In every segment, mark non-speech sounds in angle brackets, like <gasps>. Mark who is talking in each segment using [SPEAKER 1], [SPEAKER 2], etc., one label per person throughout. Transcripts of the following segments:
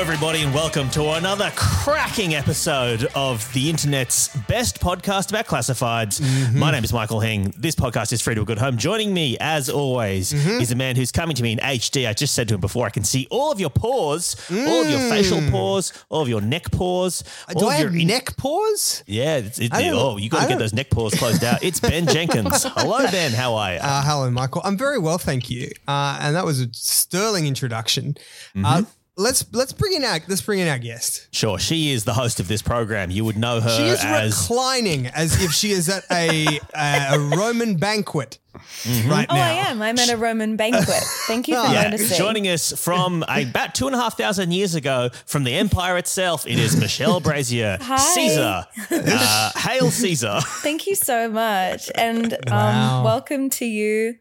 [SPEAKER 1] everybody, and welcome to another cracking episode of the internet's best podcast about classifieds.
[SPEAKER 2] Mm-hmm.
[SPEAKER 1] My name is Michael Hing. This podcast is free to a good home. Joining me, as always,
[SPEAKER 2] Mm-hmm.
[SPEAKER 1] is a man who's coming to me in HD. I just said to him before, I can see all of your paws, all of your facial paws, all of your neck paws.
[SPEAKER 2] Do
[SPEAKER 1] all
[SPEAKER 2] Mm. I
[SPEAKER 1] of your
[SPEAKER 2] have neck pause?
[SPEAKER 1] Yeah, it's, it's,
[SPEAKER 2] I don't-
[SPEAKER 1] oh, you got
[SPEAKER 2] I
[SPEAKER 1] to get
[SPEAKER 2] don't-
[SPEAKER 1] those neck paws closed out. It's
[SPEAKER 2] <laughs>
[SPEAKER 1] Ben Jenkins. Hello, Ben. How are you?
[SPEAKER 2] Uh, hello, Michael. I'm very well, thank you. Uh, and that was a sterling introduction.
[SPEAKER 1] Mm-hmm.
[SPEAKER 2] Uh, let's let's bring in our let's bring in our guest.
[SPEAKER 1] sure, she is the host of this program. You would know her
[SPEAKER 2] She is
[SPEAKER 1] Uh, as
[SPEAKER 2] reclining as if she is at a a, a Roman banquet
[SPEAKER 1] Mm-hmm.
[SPEAKER 2] right
[SPEAKER 3] Oh,
[SPEAKER 2] now.
[SPEAKER 3] I am. I'm at a Roman banquet. Thank
[SPEAKER 2] <laughs>
[SPEAKER 3] you for
[SPEAKER 2] Yeah,
[SPEAKER 3] noticing.
[SPEAKER 1] joining us from
[SPEAKER 3] <laughs>
[SPEAKER 1] about two and a half thousand years ago from the empire itself. It is Michelle Brazier,
[SPEAKER 3] <laughs> Hi.
[SPEAKER 1] Caesar, uh, hail Caesar.
[SPEAKER 3] Thank you so much, and um,
[SPEAKER 2] Wow.
[SPEAKER 3] welcome to you,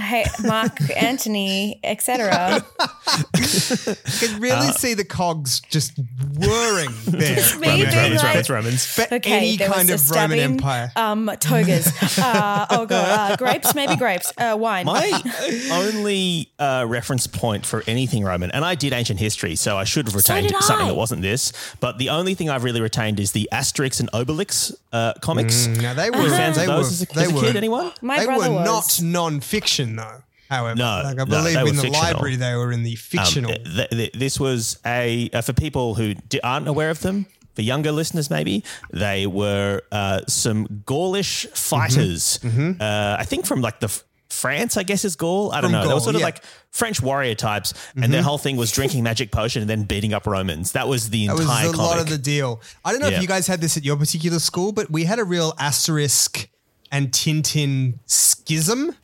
[SPEAKER 3] hey,
[SPEAKER 2] <laughs>
[SPEAKER 3] Mark, Anthony, etc.
[SPEAKER 2] You can really
[SPEAKER 1] Uh,
[SPEAKER 2] see the cogs just
[SPEAKER 3] <laughs>
[SPEAKER 2] whirring there.
[SPEAKER 1] <laughs>
[SPEAKER 3] me Romans, doing Romans, like- Romans,
[SPEAKER 1] Romans.
[SPEAKER 2] For
[SPEAKER 3] Okay,
[SPEAKER 2] any
[SPEAKER 3] there was
[SPEAKER 2] kind
[SPEAKER 3] a
[SPEAKER 2] of Roman
[SPEAKER 3] stabbing,
[SPEAKER 2] Empire.
[SPEAKER 3] Um,
[SPEAKER 2] <laughs>
[SPEAKER 3] togas. Uh, oh god, uh, grapes, maybe grapes. Uh, wine. <laughs>
[SPEAKER 1] My only uh, reference point for anything Roman, and I did ancient history, so I should have retained
[SPEAKER 3] did
[SPEAKER 1] something
[SPEAKER 3] I.
[SPEAKER 1] that wasn't this. But the only thing I've really retained is the Asterix and Obelix uh, comics.
[SPEAKER 2] Mm, Now they were
[SPEAKER 1] Were you fans
[SPEAKER 2] they
[SPEAKER 1] of
[SPEAKER 2] were
[SPEAKER 1] those as a,
[SPEAKER 2] they
[SPEAKER 1] as a
[SPEAKER 2] were
[SPEAKER 1] kid? Anyone?
[SPEAKER 3] Uh-huh. My
[SPEAKER 2] they
[SPEAKER 3] brother
[SPEAKER 2] were
[SPEAKER 3] was.
[SPEAKER 2] not non-fiction though. However,
[SPEAKER 1] No,
[SPEAKER 2] like
[SPEAKER 1] no,
[SPEAKER 2] I
[SPEAKER 1] they
[SPEAKER 2] believe
[SPEAKER 1] were
[SPEAKER 2] in the
[SPEAKER 1] fictional.
[SPEAKER 2] library they were in the fictional.
[SPEAKER 1] Um, th- th- this was a uh, for people who d- aren't aware of them. For younger listeners, maybe they were uh, some Gaulish fighters.
[SPEAKER 2] Mm-hmm.
[SPEAKER 1] Uh, I think from like the f- France, I guess is Gaul. I don't
[SPEAKER 2] From
[SPEAKER 1] know. they were
[SPEAKER 2] Gaul,
[SPEAKER 1] sort of
[SPEAKER 2] yeah. Mm-hmm.
[SPEAKER 1] like French warrior types, and their whole thing was drinking magic potion and then beating up Romans. That was the
[SPEAKER 2] That was
[SPEAKER 1] entire
[SPEAKER 2] a
[SPEAKER 1] comic.
[SPEAKER 2] lot of the deal. I don't know
[SPEAKER 1] Yeah.
[SPEAKER 2] if you guys had this at your particular school, but we had a real asterisk and Tintin schism.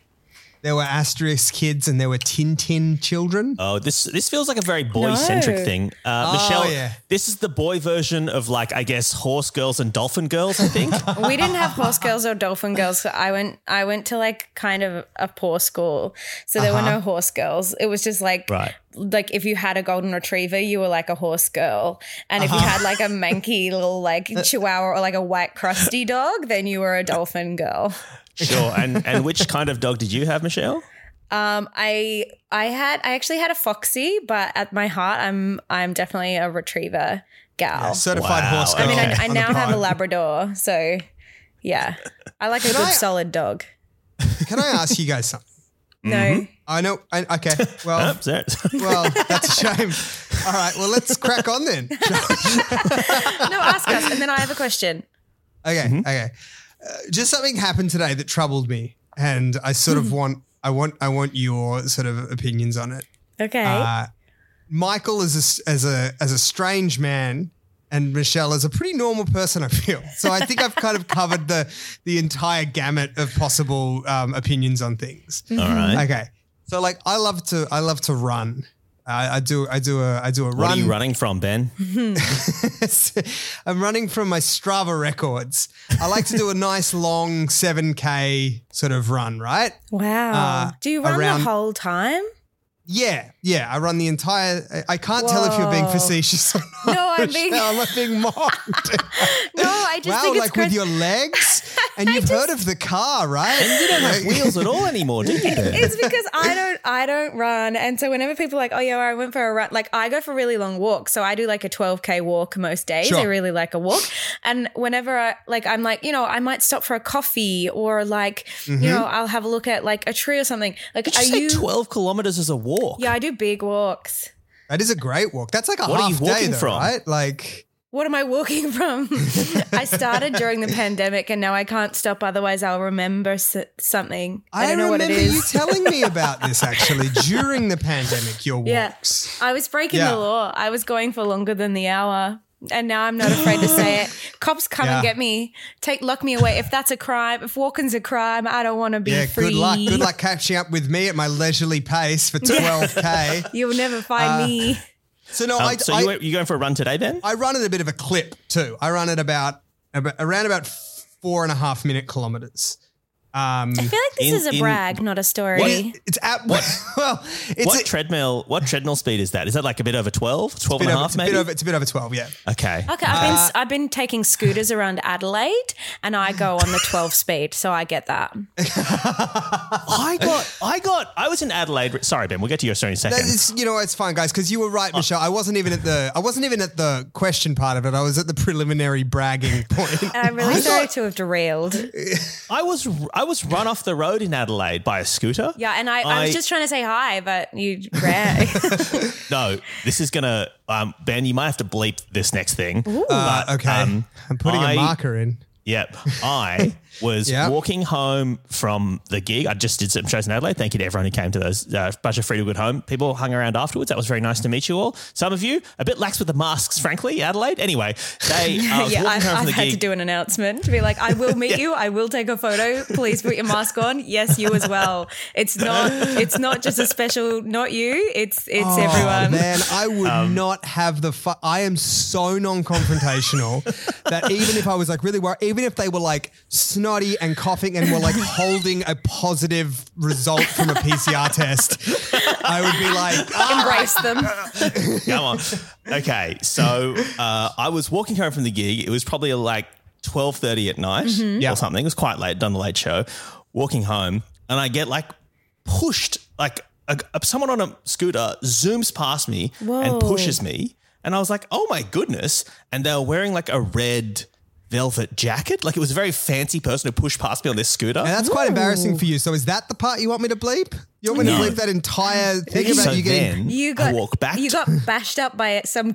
[SPEAKER 2] There were asterisk kids and there were Tintin children.
[SPEAKER 1] Oh, this this feels like a very boy centric
[SPEAKER 3] No.
[SPEAKER 1] thing, uh,
[SPEAKER 2] Oh,
[SPEAKER 1] Michelle.
[SPEAKER 2] yeah.
[SPEAKER 1] This is the boy version of like I guess horse girls and dolphin girls. I
[SPEAKER 2] <laughs>
[SPEAKER 1] think.
[SPEAKER 3] we didn't have horse girls or dolphin girls. So I went I went to like kind of a poor school. So there
[SPEAKER 2] Uh-huh.
[SPEAKER 3] were no horse girls. It was just like
[SPEAKER 1] Right.
[SPEAKER 3] like if you had a golden retriever, you were like a horse girl. And
[SPEAKER 2] Uh-huh.
[SPEAKER 3] if you had like a manky little
[SPEAKER 2] <laughs>
[SPEAKER 3] like chihuahua or like a white crusty dog, then you were a dolphin girl.
[SPEAKER 1] sure. And and which kind of dog did you have, Michelle?
[SPEAKER 3] Um I I had I actually had a foxy, but at my heart I'm I'm definitely a retriever gal.
[SPEAKER 2] Certified
[SPEAKER 1] Wow.
[SPEAKER 2] horse
[SPEAKER 1] I
[SPEAKER 2] girl.
[SPEAKER 3] Oh, I mean
[SPEAKER 2] on
[SPEAKER 3] I, I
[SPEAKER 2] the
[SPEAKER 3] now have a
[SPEAKER 2] prime.
[SPEAKER 3] labrador, so yeah. I like a good
[SPEAKER 2] I-
[SPEAKER 3] solid dog.
[SPEAKER 2] Can I ask you guys something?
[SPEAKER 3] No.
[SPEAKER 2] I know. I,
[SPEAKER 3] <laughs>
[SPEAKER 2] okay.
[SPEAKER 1] Oh,
[SPEAKER 2] Well,
[SPEAKER 1] sorry. <laughs>
[SPEAKER 2] well, that's a shame. All right. Well, let's crack on
[SPEAKER 3] <laughs>
[SPEAKER 2] then.
[SPEAKER 3] No, ask us. And then I have a question.
[SPEAKER 2] Okay,
[SPEAKER 3] Mm-hmm.
[SPEAKER 2] okay. Uh, just something happened today that troubled me, and I sort
[SPEAKER 3] Hmm.
[SPEAKER 2] of want, I want, I want your sort of opinions on it.
[SPEAKER 3] Okay.
[SPEAKER 2] Uh, Michael is a, as a as a strange man, and Michelle is a pretty normal person. I feel so. I think I've kind of covered the the entire gamut of possible um, opinions on things.
[SPEAKER 1] All right.
[SPEAKER 3] Mm-hmm.
[SPEAKER 2] Okay, so like I love to I love to run. I, I do I do a I do a
[SPEAKER 1] What are
[SPEAKER 2] run.
[SPEAKER 1] you running from, Ben?
[SPEAKER 2] <laughs> I'm running from my Strava records. I like to do a nice long 7K sort of run, right?
[SPEAKER 3] wow.
[SPEAKER 2] uh,
[SPEAKER 3] Do you run
[SPEAKER 2] around-
[SPEAKER 3] the
[SPEAKER 2] <laughs>
[SPEAKER 3] whole time?
[SPEAKER 2] Yeah, yeah. I run the entire. I, I can't tell if you're being
[SPEAKER 3] Whoa.
[SPEAKER 2] facetious or not.
[SPEAKER 3] No, I'm being-
[SPEAKER 2] Michelle, I'm being mocked.
[SPEAKER 3] <laughs> No, I just
[SPEAKER 2] wow,
[SPEAKER 3] think it's
[SPEAKER 2] like
[SPEAKER 3] crazy.
[SPEAKER 2] with your legs, and you've heard of the car, right? And you don't have
[SPEAKER 1] Wheels at all anymore, do you? Ben?
[SPEAKER 3] <laughs> it's because I don't I don't run. And so whenever people are like, oh yeah, I went for a run, like I go for really long walks. So I do like a 12K walk most days.
[SPEAKER 2] Sure.
[SPEAKER 3] I really like a walk. And whenever I like I'm like, you know, I might stop for a coffee or like,
[SPEAKER 2] Mm-hmm.
[SPEAKER 3] you know, I'll have a look at like a tree or something.
[SPEAKER 1] <laughs>
[SPEAKER 3] Like
[SPEAKER 1] Did
[SPEAKER 3] are
[SPEAKER 1] you say
[SPEAKER 3] you
[SPEAKER 1] twelve kilometers as a walk?
[SPEAKER 3] Yeah, I do big walks.
[SPEAKER 2] <laughs> That is a great walk. That's like a
[SPEAKER 1] What are you
[SPEAKER 2] half day,
[SPEAKER 1] walking
[SPEAKER 2] though,
[SPEAKER 1] from?
[SPEAKER 2] right? Like,
[SPEAKER 3] What am I walking <laughs> from? I started during the pandemic and now I can't stop. Otherwise, I'll remember s- something. I, don't know
[SPEAKER 2] remember
[SPEAKER 3] what it is.
[SPEAKER 2] you telling
[SPEAKER 3] <laughs>
[SPEAKER 2] me about this actually during the pandemic. Your
[SPEAKER 3] Yeah.
[SPEAKER 2] walks.
[SPEAKER 3] I was breaking
[SPEAKER 2] Yeah.
[SPEAKER 3] the law. I was going for longer than the hour. And now I'm not afraid to
[SPEAKER 2] <gasps>
[SPEAKER 3] say it. Cops come and
[SPEAKER 2] Yeah.
[SPEAKER 3] get me. Take lock me away. If that's a crime, if walking's a crime, I don't want to be
[SPEAKER 2] Yeah,
[SPEAKER 3] free.
[SPEAKER 2] good luck. Good luck catching up with me at my leisurely pace
[SPEAKER 3] <laughs>
[SPEAKER 2] for 12K.
[SPEAKER 3] You'll never
[SPEAKER 2] Uh, <laughs>
[SPEAKER 3] find me.
[SPEAKER 2] so, no,
[SPEAKER 1] Um,
[SPEAKER 2] I,
[SPEAKER 1] so
[SPEAKER 2] I,
[SPEAKER 1] you went, you going for a run today, Ben?
[SPEAKER 2] I run at a bit of a clip too. I run at about, about around about four and a half minute kilometers. Um,
[SPEAKER 3] I feel like this
[SPEAKER 1] In-
[SPEAKER 3] is a
[SPEAKER 1] in-
[SPEAKER 3] brag, not a story.
[SPEAKER 1] What-
[SPEAKER 2] it- it's at <laughs> well, it's
[SPEAKER 1] what
[SPEAKER 2] a-
[SPEAKER 1] treadmill? What treadmill speed is that? Is that like a bit over 12, 12
[SPEAKER 2] bit
[SPEAKER 1] and a
[SPEAKER 2] over,
[SPEAKER 1] half,
[SPEAKER 2] it's a
[SPEAKER 1] maybe?
[SPEAKER 2] bit over, it's a bit over twelve. Yeah.
[SPEAKER 1] okay.
[SPEAKER 3] Okay, I've
[SPEAKER 2] Uh,
[SPEAKER 3] been I've been taking scooters around Adelaide, and I go on the twelve speed, so I get that.
[SPEAKER 1] I got, I got, I was in Adelaide. Sorry, Ben, we'll get to your story in a
[SPEAKER 2] No,
[SPEAKER 1] second.
[SPEAKER 2] It's, you know, it's fine, guys, because you were right,
[SPEAKER 1] Oh.
[SPEAKER 2] Michelle. I wasn't even at the I wasn't even at the question part of it. I was at the preliminary bragging <laughs> point.
[SPEAKER 3] I'm really sorry to have derailed.
[SPEAKER 1] I was, I was run off the road in Adelaide by a scooter.
[SPEAKER 3] Yeah, and I, I, was just trying to say hi, but you ran.
[SPEAKER 1] No, this is gonna, um, Ben. You might have to bleep this next thing.
[SPEAKER 2] Uh,
[SPEAKER 1] But,
[SPEAKER 2] okay,
[SPEAKER 1] um,
[SPEAKER 2] I'm putting a
[SPEAKER 1] I-
[SPEAKER 2] marker in.
[SPEAKER 1] Yep.
[SPEAKER 3] <laughs>
[SPEAKER 1] I was
[SPEAKER 2] Yep.
[SPEAKER 1] walking home from the gig. I just did some shows in Adelaide. Thank you to everyone who came to those. Uh, bunch of free to good home people hung around afterwards. That was very nice to meet you all. Some of you a bit lax with the masks, frankly. Adelaide. Anyway, they. <laughs> I was
[SPEAKER 3] <laughs> yeah,
[SPEAKER 1] walking
[SPEAKER 3] I've,
[SPEAKER 1] home from
[SPEAKER 3] I've
[SPEAKER 1] the
[SPEAKER 3] had
[SPEAKER 1] gig.
[SPEAKER 3] to do an announcement to be like, I
[SPEAKER 1] <laughs>
[SPEAKER 3] will meet you, I will take a photo. Please put your mask on. Yes, you as well. It's not it's not just a special not you. It's it's
[SPEAKER 2] Oh,
[SPEAKER 3] everyone.
[SPEAKER 2] man, I would
[SPEAKER 1] Um,
[SPEAKER 2] not have the. Fu- I am
[SPEAKER 1] <laughs>
[SPEAKER 2] so non-confrontational that even if I was like really worried, even if they were like snotty and coughing and were like holding a positive result from a PCR test, I would be like, "Ah,
[SPEAKER 3] Embrace them.
[SPEAKER 1] Come
[SPEAKER 3] <laughs>
[SPEAKER 1] on. Okay, so uh, I was walking home from the gig. It was probably like twelve thirty at night
[SPEAKER 3] Mm-hmm.
[SPEAKER 2] Yeah.
[SPEAKER 1] or something. It was quite late. Done the late show. Walking home, and I get like pushed. Like a, a- someone on a scooter zooms past me
[SPEAKER 3] Whoa.
[SPEAKER 1] and pushes me, and I was like, "Oh my goodness!" And they were wearing like a red velvet jacket. Like it was a very fancy person who pushed past me on this scooter.
[SPEAKER 2] And that's quite embarrassing for you. So is that the part you want me to bleep? You want me
[SPEAKER 1] No.
[SPEAKER 2] to bleep that entire thing about
[SPEAKER 1] so
[SPEAKER 2] you getting?
[SPEAKER 1] then
[SPEAKER 3] You got
[SPEAKER 1] I walk back.
[SPEAKER 3] you got bashed up by some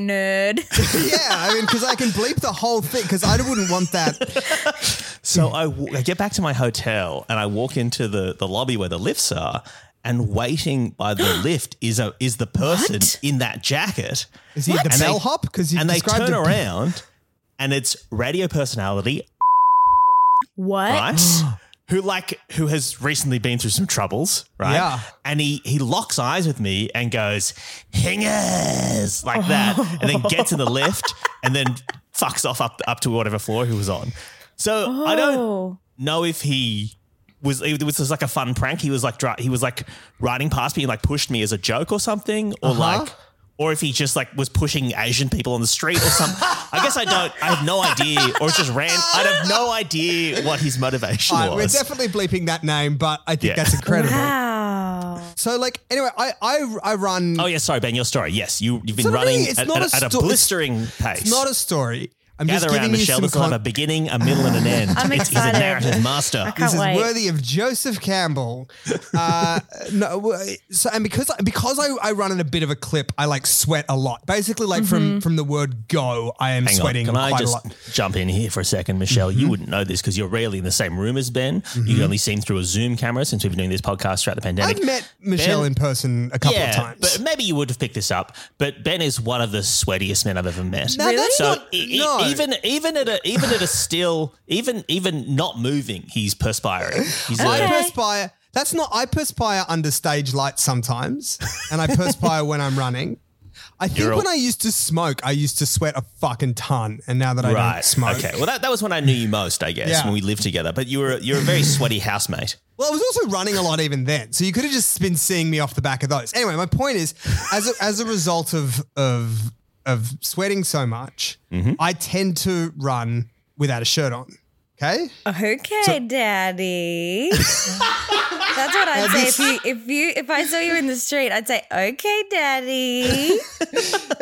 [SPEAKER 1] <laughs>
[SPEAKER 3] nerd.
[SPEAKER 2] <laughs> Yeah, I mean, because I can bleep the whole thing because I wouldn't
[SPEAKER 1] <laughs>
[SPEAKER 2] want that.
[SPEAKER 1] So I, w- I get back to my hotel and I walk into the, the lobby where the lifts are, and waiting by the lift is a is the person
[SPEAKER 3] What?
[SPEAKER 1] in that jacket.
[SPEAKER 2] Is he the
[SPEAKER 1] And they-
[SPEAKER 2] bellhop? Because you
[SPEAKER 1] and they
[SPEAKER 2] described
[SPEAKER 1] turn
[SPEAKER 2] a-
[SPEAKER 1] around, and it's radio personality
[SPEAKER 3] What?
[SPEAKER 1] right? who like who has recently been through some troubles, right?
[SPEAKER 2] Yeah.
[SPEAKER 1] And he he locks eyes with me and goes, "Hingers," like that, and then gets in the lift and then fucks off up up to whatever floor he was on. So I don't
[SPEAKER 3] Oh.
[SPEAKER 1] know if he was it was just like a fun prank. He was like dri- he was like riding past me and like pushed me as a joke or something, or
[SPEAKER 2] Uh-huh.
[SPEAKER 1] like. Or if he just like was pushing Asian people on the street or something. <laughs> I guess I don't. I have no idea. Or it's just ran. I have no idea what his motivation
[SPEAKER 2] All right, we're
[SPEAKER 1] was.
[SPEAKER 2] definitely bleeping that name, but I think
[SPEAKER 1] Yeah.
[SPEAKER 2] that's incredible.
[SPEAKER 3] Wow.
[SPEAKER 2] So, like, anyway, I I, I run.
[SPEAKER 1] oh yeah, sorry Ben, your story. Yes, you you've been
[SPEAKER 2] So to me,
[SPEAKER 1] running
[SPEAKER 2] it's
[SPEAKER 1] at,
[SPEAKER 2] not
[SPEAKER 1] at- at
[SPEAKER 2] a
[SPEAKER 1] a
[SPEAKER 2] sto- it's-
[SPEAKER 1] blistering pace.
[SPEAKER 2] It's not a story. I'm
[SPEAKER 1] Gather around,
[SPEAKER 2] just giving you
[SPEAKER 1] Michelle.
[SPEAKER 2] some
[SPEAKER 1] This will have a
[SPEAKER 2] context.
[SPEAKER 1] beginning, a middle, and an end.
[SPEAKER 3] I'm
[SPEAKER 1] It's- He's a
[SPEAKER 3] excited.
[SPEAKER 1] narrative
[SPEAKER 3] I
[SPEAKER 1] master.
[SPEAKER 3] can't
[SPEAKER 2] This is
[SPEAKER 3] wait.
[SPEAKER 2] worthy of Joseph Campbell.
[SPEAKER 1] <laughs>
[SPEAKER 2] Uh, no, w- so and because because I, I run in a bit of a clip, I like sweat a lot. Basically, like
[SPEAKER 3] Mm-hmm.
[SPEAKER 2] from from the word go, I am
[SPEAKER 1] Hang
[SPEAKER 2] sweating
[SPEAKER 1] on. Can I
[SPEAKER 2] quite
[SPEAKER 1] just
[SPEAKER 2] a lot. Mm-hmm.
[SPEAKER 1] jump in here for a second, Michelle? You wouldn't know this because you're rarely in the same room as Ben. You've only seen through a Zoom camera since we've been doing this podcast throughout the pandemic.
[SPEAKER 2] I've met Michelle
[SPEAKER 1] Ben-
[SPEAKER 2] in person a couple
[SPEAKER 1] yeah,
[SPEAKER 2] of times.
[SPEAKER 1] but maybe you would have picked this up. But Ben is one of the sweatiest men I've ever met.
[SPEAKER 2] No, Really? that's
[SPEAKER 1] So
[SPEAKER 2] not-
[SPEAKER 1] e- e-
[SPEAKER 2] no.
[SPEAKER 1] even even at a even at a still even even not moving, he's perspiring. He's
[SPEAKER 2] I
[SPEAKER 1] a,
[SPEAKER 3] Okay.
[SPEAKER 2] perspire. That's not. I perspire under stage lights sometimes, and I perspire when I'm running. I think
[SPEAKER 1] You're all-
[SPEAKER 2] when I used to smoke, I used to sweat a fucking ton, and now that I don't
[SPEAKER 1] right.
[SPEAKER 2] smoke,
[SPEAKER 1] Okay. Well, that, that was when I knew you most, I guess,
[SPEAKER 2] Yeah.
[SPEAKER 1] when we lived together. But you were you're a very sweaty housemate.
[SPEAKER 2] Well, I was also running a lot even then, so you could have just been seeing me off the back of those. Anyway, my point is, as a, as a result of of of sweating so much,
[SPEAKER 1] Mm-hmm.
[SPEAKER 2] I tend to run without a shirt on. Okay,
[SPEAKER 3] Okay, daddy. That's what I'd say if you if you if I saw you in the street, I'd say, "Okay, daddy."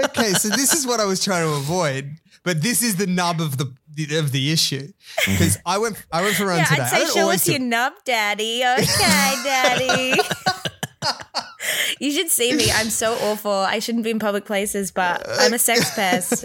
[SPEAKER 2] okay. So this is what I was trying to avoid, but this is the nub of the of the issue
[SPEAKER 1] Mm-hmm.
[SPEAKER 2] because I went I went for a run
[SPEAKER 3] yeah,
[SPEAKER 2] today.
[SPEAKER 3] I'd
[SPEAKER 2] I
[SPEAKER 3] say,
[SPEAKER 2] don't
[SPEAKER 3] "Show
[SPEAKER 2] always
[SPEAKER 3] us
[SPEAKER 2] do
[SPEAKER 3] your nub, daddy." Okay, daddy. you should see me. I'm so awful. I shouldn't be in public places, but I'm a sex pest.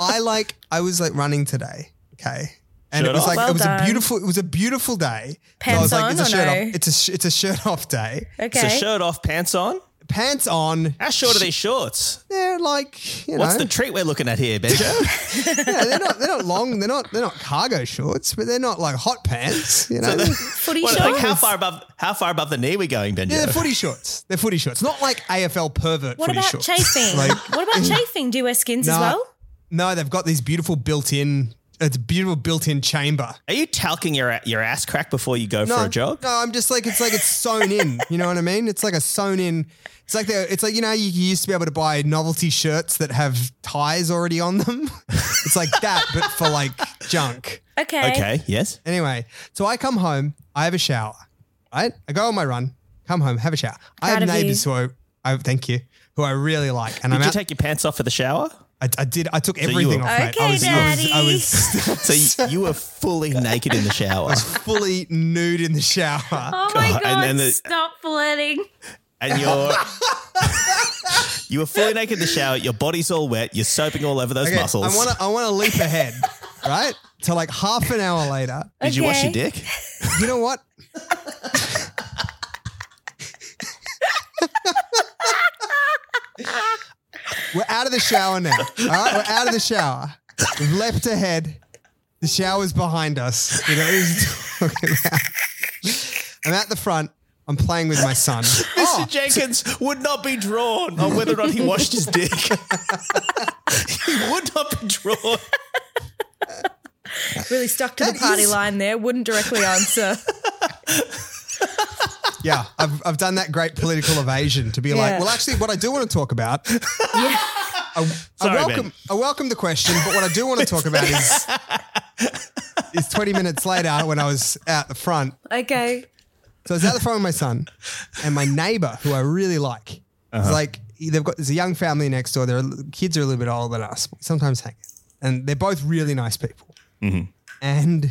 [SPEAKER 2] I like I was like running today. Okay. And
[SPEAKER 1] Shirt
[SPEAKER 2] it was
[SPEAKER 1] off?
[SPEAKER 2] like
[SPEAKER 3] Well
[SPEAKER 2] it was
[SPEAKER 3] done.
[SPEAKER 2] a beautiful it was a beautiful day. So I
[SPEAKER 3] Pants
[SPEAKER 2] was like,
[SPEAKER 3] on
[SPEAKER 2] it's a
[SPEAKER 3] or
[SPEAKER 2] shirt
[SPEAKER 3] no?
[SPEAKER 2] off. It's a sh- it's a shirt off day.
[SPEAKER 3] Okay.
[SPEAKER 1] So shirt off, pants on.
[SPEAKER 2] Pants on.
[SPEAKER 1] How short are these shorts?
[SPEAKER 2] They're like you know
[SPEAKER 1] What's the treat we're looking at here, Benjo?
[SPEAKER 2] yeah, they're
[SPEAKER 1] <laughs>
[SPEAKER 2] not they're not long, they're not they're not cargo shorts, but they're not like hot pants. You know they're,
[SPEAKER 3] Footy
[SPEAKER 1] What- like,
[SPEAKER 3] shorts.
[SPEAKER 1] how far above how far above the knee we going, Benjo?
[SPEAKER 2] they're footy shorts. They're footy shorts. Not like AFL pervert
[SPEAKER 3] what
[SPEAKER 2] footy
[SPEAKER 3] about
[SPEAKER 2] shorts.
[SPEAKER 3] chafing?
[SPEAKER 2] Like-
[SPEAKER 3] what about chafing? Do you wear skins as
[SPEAKER 2] Nah.
[SPEAKER 3] well?
[SPEAKER 2] No, they've got these beautiful built-in it's a beautiful built-in chamber.
[SPEAKER 1] Are you talking your your ass crack before you go for a jog?
[SPEAKER 2] No, I'm just like it's like it's sewn in. You know what I mean? It's like a sewn in. It's like the, it's like you know you used to be able to buy novelty shirts that have ties already on them. <laughs> it's like that, but for like junk.
[SPEAKER 3] Okay.
[SPEAKER 1] Okay. Yes.
[SPEAKER 2] Anyway, so I come home, I have a shower, right? I go on my run, come home, have a shower. I
[SPEAKER 3] Proud
[SPEAKER 2] have
[SPEAKER 3] of you.
[SPEAKER 2] neighbors who I, I thank you, who I really like, and
[SPEAKER 1] Did
[SPEAKER 2] I'm
[SPEAKER 1] you
[SPEAKER 2] out,
[SPEAKER 1] take your pants off for the shower?
[SPEAKER 2] I, I did. I took
[SPEAKER 1] you
[SPEAKER 2] everything
[SPEAKER 1] were-
[SPEAKER 2] off. mate. I
[SPEAKER 3] Okay,
[SPEAKER 2] was, I was- I
[SPEAKER 3] Daddy.
[SPEAKER 2] was,
[SPEAKER 1] So
[SPEAKER 2] <laughs>
[SPEAKER 1] you, you were fully naked in the shower,
[SPEAKER 2] fully nude in the shower.
[SPEAKER 4] Oh
[SPEAKER 1] God,
[SPEAKER 4] my
[SPEAKER 1] and
[SPEAKER 4] god,
[SPEAKER 1] then the-
[SPEAKER 4] stop flirting.
[SPEAKER 1] and you're <laughs> you were fully naked in the shower. Your body's all wet. You're soaping all over those
[SPEAKER 2] Okay,
[SPEAKER 1] muscles.
[SPEAKER 2] I want to. I want to leap ahead, right? To like half an hour later.
[SPEAKER 1] Did you wash
[SPEAKER 3] Okay.
[SPEAKER 1] your
[SPEAKER 3] <laughs>
[SPEAKER 1] dick?
[SPEAKER 2] You know what? We're out of the shower now. All right, we're out of the shower. We've leapt ahead. The shower's behind us. You know what he's <laughs> talking about? I'm at the front. I'm playing with my son. Oh.
[SPEAKER 1] Mr. Jenkins would not be drawn on whether or not he washed his dick. <laughs> he would not be drawn.
[SPEAKER 3] Really stuck to the
[SPEAKER 2] That
[SPEAKER 3] party
[SPEAKER 2] is-
[SPEAKER 3] line there. Wouldn't directly answer.
[SPEAKER 2] <laughs> Yeah, I've, I've done that great political evasion to be like,
[SPEAKER 3] Yeah.
[SPEAKER 2] well, actually, what I do want to talk about. I, I
[SPEAKER 1] Sorry,
[SPEAKER 2] welcome.
[SPEAKER 1] Ben.
[SPEAKER 2] I welcome the question, but what I do want to talk about is is twenty minutes later when I was out the front.
[SPEAKER 3] okay.
[SPEAKER 2] So I was out the front with my son and my neighbor, who I really like. It's like they've got there's a young family next door. Their kids are a little bit older than us. We sometimes hang, out. and they're both really nice people. And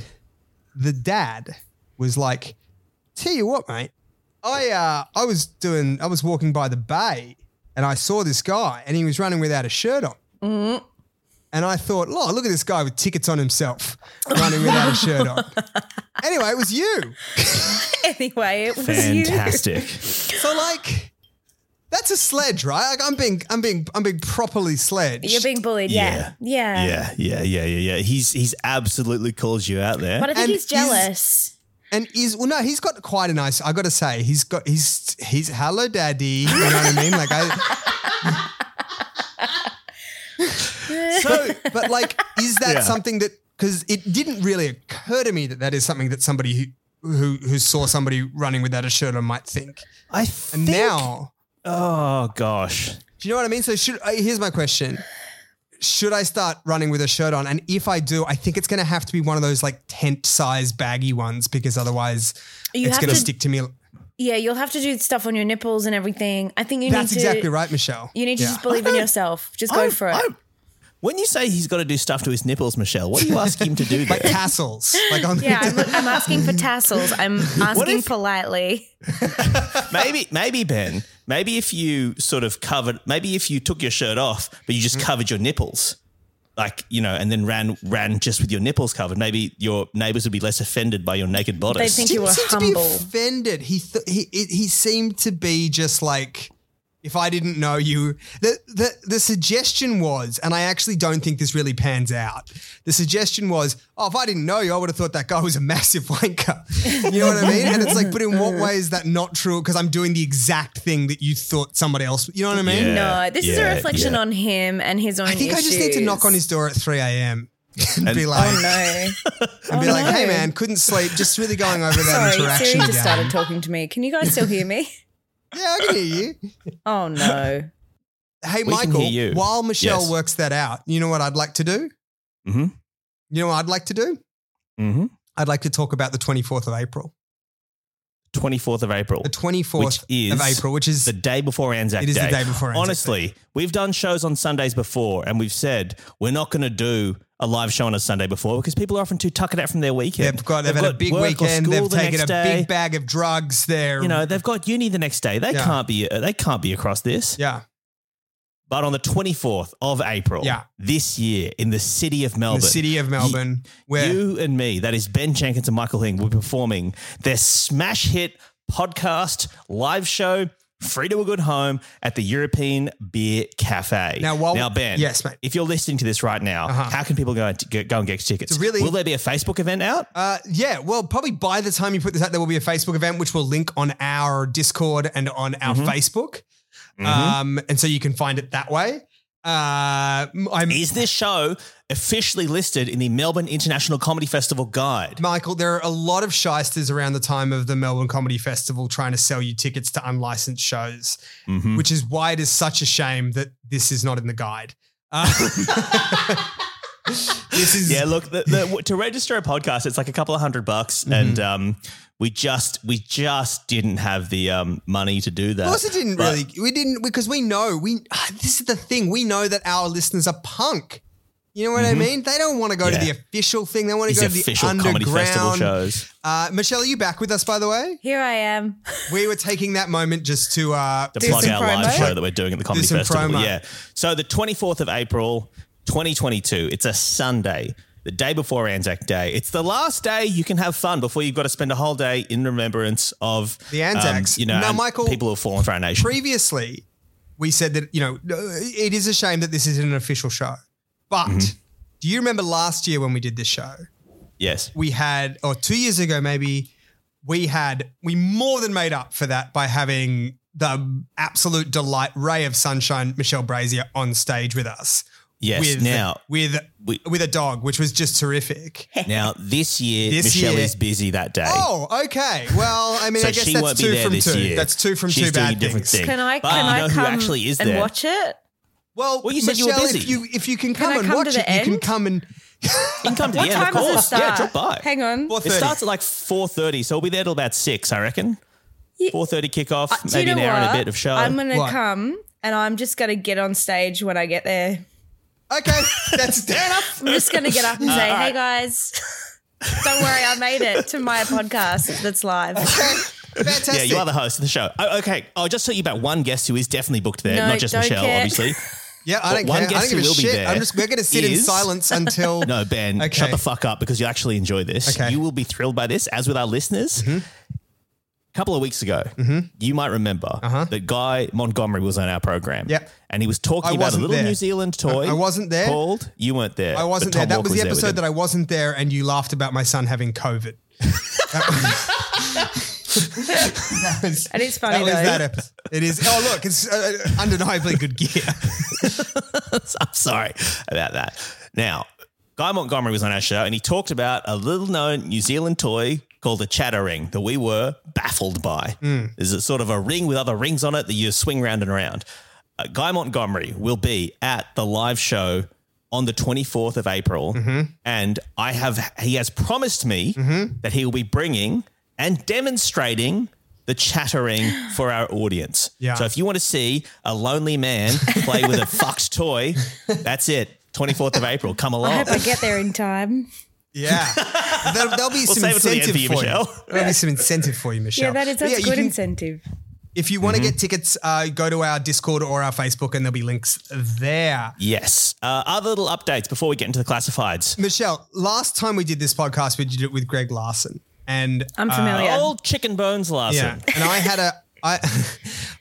[SPEAKER 2] the dad was like, "Tell you what, mate, I uh, I was doing, I was walking by the bay, and I saw this guy, and he was running without a shirt on." And I thought, "Look, look at this guy with tickets on himself, running without a shirt on." Anyway, it was you.
[SPEAKER 3] Anyway, it was you.
[SPEAKER 1] Fantastic.
[SPEAKER 2] So like that's a sledge, right? Like I'm being I'm being I'm being properly sledged.
[SPEAKER 3] You're being bullied. Yeah. Yeah.
[SPEAKER 1] Yeah, yeah, yeah, yeah, yeah. He's he's absolutely calls you out there.
[SPEAKER 4] But I think
[SPEAKER 2] And
[SPEAKER 4] he's
[SPEAKER 2] is-
[SPEAKER 4] jealous.
[SPEAKER 2] and is well no, he's got quite a nice I gotta say, he's got he's he's hello daddy. You know what I mean? Like I
[SPEAKER 3] <laughs>
[SPEAKER 1] so
[SPEAKER 2] but like is that
[SPEAKER 1] Yeah.
[SPEAKER 2] something that because it didn't really occur to me that that is something that somebody who who, who saw somebody running without a shirt on might think.
[SPEAKER 1] I
[SPEAKER 2] And
[SPEAKER 1] think,
[SPEAKER 2] now
[SPEAKER 1] oh gosh,
[SPEAKER 2] Do you know what I mean? So should uh, here's my question. Should I start running with a shirt on? And if I do, I think it's going to have to be one of those like tent size baggy ones because otherwise
[SPEAKER 3] You
[SPEAKER 2] it's
[SPEAKER 3] have
[SPEAKER 2] going to
[SPEAKER 3] to.
[SPEAKER 2] stick to me.
[SPEAKER 3] yeah, you'll have to do stuff on your nipples and everything. I think you
[SPEAKER 2] That's
[SPEAKER 3] need to.
[SPEAKER 2] exactly right, Michelle.
[SPEAKER 3] You need to
[SPEAKER 2] Yeah.
[SPEAKER 3] just believe in yourself. Just go
[SPEAKER 1] I'm-
[SPEAKER 3] for it.
[SPEAKER 1] I'm- when you say he's got to do stuff to his nipples, Michelle, what do you ask him to do?
[SPEAKER 2] <laughs> like
[SPEAKER 1] There?
[SPEAKER 2] tassels, like on
[SPEAKER 3] <laughs> <laughs> yeah, I'm, I'm asking for tassels.
[SPEAKER 2] <laughs>
[SPEAKER 3] I'm asking
[SPEAKER 1] if-
[SPEAKER 3] politely.
[SPEAKER 1] maybe, maybe Ben, maybe if you sort of covered, maybe if you took your shirt off, but you
[SPEAKER 2] Mm-hmm.
[SPEAKER 1] just covered your nipples, like you know, and then ran ran just with your nipples covered. Maybe your neighbours would be less offended by your naked bodice.
[SPEAKER 3] think you
[SPEAKER 2] didn't
[SPEAKER 3] were
[SPEAKER 2] seem
[SPEAKER 3] humble.
[SPEAKER 2] to be offended. He, th- he he he seemed to be just like if I didn't know you. The, the the suggestion was, and I actually don't think this really pans out. The suggestion was, oh, if I didn't know you, I would have thought that guy was a massive wanker. You know what I mean? And it's like, but in
[SPEAKER 3] <laughs>
[SPEAKER 2] what way is that not true? Because I'm doing the exact thing that you thought somebody else. You know what I mean?
[SPEAKER 1] Yeah.
[SPEAKER 3] No, this is a
[SPEAKER 1] yeah,
[SPEAKER 3] reflection
[SPEAKER 1] yeah.
[SPEAKER 3] on him and his own.
[SPEAKER 2] I think I just need to knock on his door at 3 a.m. <laughs> and, be like,
[SPEAKER 3] No,
[SPEAKER 2] <laughs>
[SPEAKER 3] Oh,
[SPEAKER 2] and be like, hey
[SPEAKER 3] no.
[SPEAKER 2] man, couldn't sleep. Just really going over that
[SPEAKER 3] sorry,
[SPEAKER 2] interaction.
[SPEAKER 3] Siri just
[SPEAKER 2] down.
[SPEAKER 3] started talking to me. Can you guys still hear me?
[SPEAKER 2] Yeah, I can hear you.
[SPEAKER 3] Oh no.
[SPEAKER 2] Hey,
[SPEAKER 1] We can
[SPEAKER 2] Michael,
[SPEAKER 1] hear you.
[SPEAKER 2] while Michelle
[SPEAKER 1] Yes.
[SPEAKER 2] works that out, you know what I'd like to do?
[SPEAKER 1] Mhm.
[SPEAKER 2] You know what I'd like to do?
[SPEAKER 1] mm-hmm.
[SPEAKER 2] I'd like to talk about the 24th of April.
[SPEAKER 1] 24th of April.
[SPEAKER 2] The 24th
[SPEAKER 1] Which is
[SPEAKER 2] of April, which is
[SPEAKER 1] the day before Anzac
[SPEAKER 2] It is the day before Anzac
[SPEAKER 1] Honestly, we've done shows on Sundays before and we've said we're not going to do a live show on a Sunday before because people are often too tucking out from their weekend.
[SPEAKER 2] they've got, they've had a big
[SPEAKER 1] work or
[SPEAKER 2] weekend,
[SPEAKER 1] school
[SPEAKER 2] they've
[SPEAKER 1] the
[SPEAKER 2] taken a
[SPEAKER 1] next day.
[SPEAKER 2] big bag of drugs, they're,
[SPEAKER 1] You know, they've got uni the next day. They
[SPEAKER 2] Yeah.
[SPEAKER 1] can't be they can't be across this.
[SPEAKER 2] yeah,
[SPEAKER 1] But on the 24th of April
[SPEAKER 2] Yeah.
[SPEAKER 1] this year in the city of
[SPEAKER 2] in
[SPEAKER 1] Melbourne.
[SPEAKER 2] the city of Melbourne, where
[SPEAKER 1] You and me, that is Ben Jenkins and Michael Hing, will be performing their smash hit podcast live show, Free to a Good Home, at the European Beer Cafe.
[SPEAKER 2] Now, while-
[SPEAKER 1] now Ben,
[SPEAKER 2] Yes, mate.
[SPEAKER 1] if you're listening to this right now,
[SPEAKER 2] Uh-huh.
[SPEAKER 1] how can people go and, go, go and get tickets?
[SPEAKER 2] So really-
[SPEAKER 1] will there be a Facebook event out?
[SPEAKER 2] Uh, yeah, well, probably by the time you put this out, there will be a Facebook event, which we'll link on
[SPEAKER 1] Mm-hmm.
[SPEAKER 2] our Discord and on our Facebook. Um, and so you can find it that way. Uh, I'm
[SPEAKER 1] Is this show officially listed in the Melbourne International Comedy Festival guide?
[SPEAKER 2] Michael. There are a lot of shysters around the time of the Melbourne Comedy Festival trying to sell you tickets to unlicensed shows,
[SPEAKER 1] Mm-hmm.
[SPEAKER 2] which is why it is such a shame that this is not in the guide. Uh, this is
[SPEAKER 1] Yeah, look, the, the, to register a podcast, it's like a couple of hundred bucks,
[SPEAKER 2] Mm-hmm.
[SPEAKER 1] and um, we just we just didn't have the um, money to do that.
[SPEAKER 2] Of course, it didn't
[SPEAKER 1] But-
[SPEAKER 2] really. We didn't because we know we. ah, This is the thing. We know that our listeners are punk. You know what I mean? They don't want to go
[SPEAKER 1] Mm-hmm. Yeah.
[SPEAKER 2] to the official thing. They want
[SPEAKER 1] These
[SPEAKER 2] to go to the
[SPEAKER 1] official comedy
[SPEAKER 2] underground.
[SPEAKER 1] festival shows.
[SPEAKER 2] Uh, Michelle, are you back with us? By the way,
[SPEAKER 3] Here I am.
[SPEAKER 2] we were taking that moment just to uh,
[SPEAKER 1] The
[SPEAKER 3] Do
[SPEAKER 1] plug
[SPEAKER 3] some
[SPEAKER 1] our live
[SPEAKER 3] promo.
[SPEAKER 1] show that we're doing at the comedy
[SPEAKER 2] some
[SPEAKER 1] festival.
[SPEAKER 2] promo.
[SPEAKER 1] Yeah. So the twenty fourth of April, twenty twenty two. It's a Sunday. The day before Anzac Day. It's the last day you can have fun before you've got to spend a whole day in remembrance of
[SPEAKER 2] The
[SPEAKER 1] um,
[SPEAKER 2] Anzacs.
[SPEAKER 1] you know,
[SPEAKER 2] Now,
[SPEAKER 1] and
[SPEAKER 2] Michael-
[SPEAKER 1] people who have fallen for our nation.
[SPEAKER 2] previously we said that you know it is a shame that this isn't an official show, but
[SPEAKER 1] Mm-hmm.
[SPEAKER 2] do you remember last year when we did this show?
[SPEAKER 1] yes.
[SPEAKER 2] we had, or two years ago maybe, we had, we more than made up for that by having the absolute delight, ray of sunshine, Michelle Brazier on stage with us.
[SPEAKER 1] Yes.
[SPEAKER 2] With,
[SPEAKER 1] now
[SPEAKER 2] with
[SPEAKER 1] we-
[SPEAKER 2] with a dog, which was just terrific.
[SPEAKER 1] now this year
[SPEAKER 2] This
[SPEAKER 1] Michelle
[SPEAKER 2] year-
[SPEAKER 1] is busy that day.
[SPEAKER 2] oh, okay. Well, I mean,
[SPEAKER 1] So
[SPEAKER 2] I guess
[SPEAKER 1] she
[SPEAKER 2] that's
[SPEAKER 1] won't be
[SPEAKER 2] two
[SPEAKER 1] there
[SPEAKER 2] from
[SPEAKER 1] this
[SPEAKER 2] two.
[SPEAKER 1] year.
[SPEAKER 2] That's two from
[SPEAKER 1] She's
[SPEAKER 2] two
[SPEAKER 1] doing
[SPEAKER 2] bad
[SPEAKER 1] different
[SPEAKER 2] things.
[SPEAKER 1] things.
[SPEAKER 3] Can I?
[SPEAKER 1] But
[SPEAKER 3] Can
[SPEAKER 1] you
[SPEAKER 3] I
[SPEAKER 1] know who
[SPEAKER 3] come
[SPEAKER 1] actually is
[SPEAKER 3] and
[SPEAKER 1] there?
[SPEAKER 3] watch it?
[SPEAKER 2] Well,
[SPEAKER 1] Well, you said you were
[SPEAKER 2] Michelle, if
[SPEAKER 1] busy.
[SPEAKER 2] you if you can
[SPEAKER 3] Can
[SPEAKER 2] come
[SPEAKER 3] I
[SPEAKER 2] and
[SPEAKER 3] come
[SPEAKER 2] watch
[SPEAKER 3] to the
[SPEAKER 2] it, you can
[SPEAKER 3] end?
[SPEAKER 2] come and
[SPEAKER 1] You can come to
[SPEAKER 3] What
[SPEAKER 1] the end,
[SPEAKER 3] time
[SPEAKER 1] of
[SPEAKER 3] does it
[SPEAKER 1] course.
[SPEAKER 3] start?
[SPEAKER 1] Yeah, drop by.
[SPEAKER 3] Hang on.
[SPEAKER 1] It starts at like four thirty, so we'll be there till about six, I reckon. Four thirty kickoff,
[SPEAKER 3] Uh, Do you
[SPEAKER 1] maybe an
[SPEAKER 3] know
[SPEAKER 1] hour and
[SPEAKER 3] what?
[SPEAKER 1] a bit of show.
[SPEAKER 3] I'm gonna
[SPEAKER 2] What?
[SPEAKER 3] come and I'm just gonna get on stage when I get there.
[SPEAKER 2] okay,
[SPEAKER 3] <laughs>
[SPEAKER 2] that's fair enough.
[SPEAKER 3] I'm just gonna get
[SPEAKER 1] <laughs>
[SPEAKER 3] up and say, "Hey guys, don't worry, I made it to my podcast that's live."
[SPEAKER 2] Okay, fantastic.
[SPEAKER 1] yeah, you are the host of the show. Oh, okay, I'll just tell you about one guest who is definitely booked there,
[SPEAKER 3] No,
[SPEAKER 1] not just
[SPEAKER 3] don't
[SPEAKER 1] Michelle,
[SPEAKER 3] care.
[SPEAKER 1] obviously.
[SPEAKER 3] <laughs>
[SPEAKER 2] Yeah, I
[SPEAKER 1] But
[SPEAKER 2] don't
[SPEAKER 1] one
[SPEAKER 2] care. I
[SPEAKER 1] guest
[SPEAKER 2] don't give a
[SPEAKER 1] who will be
[SPEAKER 2] shit.
[SPEAKER 1] there
[SPEAKER 2] I'm just we're going to sit in
[SPEAKER 1] is-
[SPEAKER 2] silence until
[SPEAKER 1] <laughs> No, Ben,
[SPEAKER 2] Okay.
[SPEAKER 1] shut the fuck up because you'll actually enjoy this.
[SPEAKER 2] Okay. Mm-hmm.
[SPEAKER 1] You will be thrilled by this, as with our listeners. A couple of weeks ago, you might remember that Guy Montgomery was on our program.
[SPEAKER 2] Uh-huh. Yep.
[SPEAKER 1] And he was talking
[SPEAKER 2] I
[SPEAKER 1] about a
[SPEAKER 2] wasn't
[SPEAKER 1] little
[SPEAKER 2] there.
[SPEAKER 1] New Zealand toy.
[SPEAKER 2] I- I wasn't there.
[SPEAKER 1] Called You Weren't There.
[SPEAKER 2] I wasn't
[SPEAKER 1] but
[SPEAKER 2] there.
[SPEAKER 1] Tom
[SPEAKER 2] That
[SPEAKER 1] Walker
[SPEAKER 2] was the
[SPEAKER 1] there with
[SPEAKER 2] episode
[SPEAKER 1] him.
[SPEAKER 2] that I wasn't there, and you laughed about my son having COVID.
[SPEAKER 3] <laughs>
[SPEAKER 2] that was,
[SPEAKER 3] And it's
[SPEAKER 2] that,
[SPEAKER 3] funny
[SPEAKER 2] was
[SPEAKER 3] though.
[SPEAKER 2] that episode. It is. Oh, look, it's uh, undeniably
[SPEAKER 1] <laughs>
[SPEAKER 2] good gear.
[SPEAKER 1] I'm sorry about that. Now, Guy Montgomery was on our show and he talked about a little known New Zealand toy called a chatter ring that we were baffled by. Is it sort of a ring with other rings on it that you swing round and round? Uh, Guy Montgomery will be at the live show on the 24th of April and I have he has promised me that he will be bringing and demonstrating the chattering for our audience.
[SPEAKER 2] Yeah.
[SPEAKER 1] So if you want to see a lonely
[SPEAKER 2] <laughs>
[SPEAKER 1] man play with a fucked toy, that's it. 24th of April, come along.
[SPEAKER 3] I hope I get there in time.
[SPEAKER 2] Yeah, there'll, there'll be some
[SPEAKER 1] save it till the end
[SPEAKER 2] incentive
[SPEAKER 1] for you,
[SPEAKER 2] for
[SPEAKER 1] Michelle.
[SPEAKER 2] you. There'll be some incentive for you, Michelle.
[SPEAKER 3] Yeah, that is
[SPEAKER 2] But
[SPEAKER 3] that's
[SPEAKER 2] you
[SPEAKER 3] good
[SPEAKER 2] can-
[SPEAKER 3] incentive.
[SPEAKER 2] If you want to get tickets, uh, go to our Discord or our Facebook, and there'll be links there.
[SPEAKER 1] yes. Uh, other little updates before we get into the classifieds.
[SPEAKER 2] Michelle, last time we did this podcast, we did it with Greg Larson, and uh,
[SPEAKER 3] I'm
[SPEAKER 2] Oh,
[SPEAKER 3] familiar.
[SPEAKER 1] Uh, Old chicken bones Larson.
[SPEAKER 2] Yeah. And I had a I <laughs>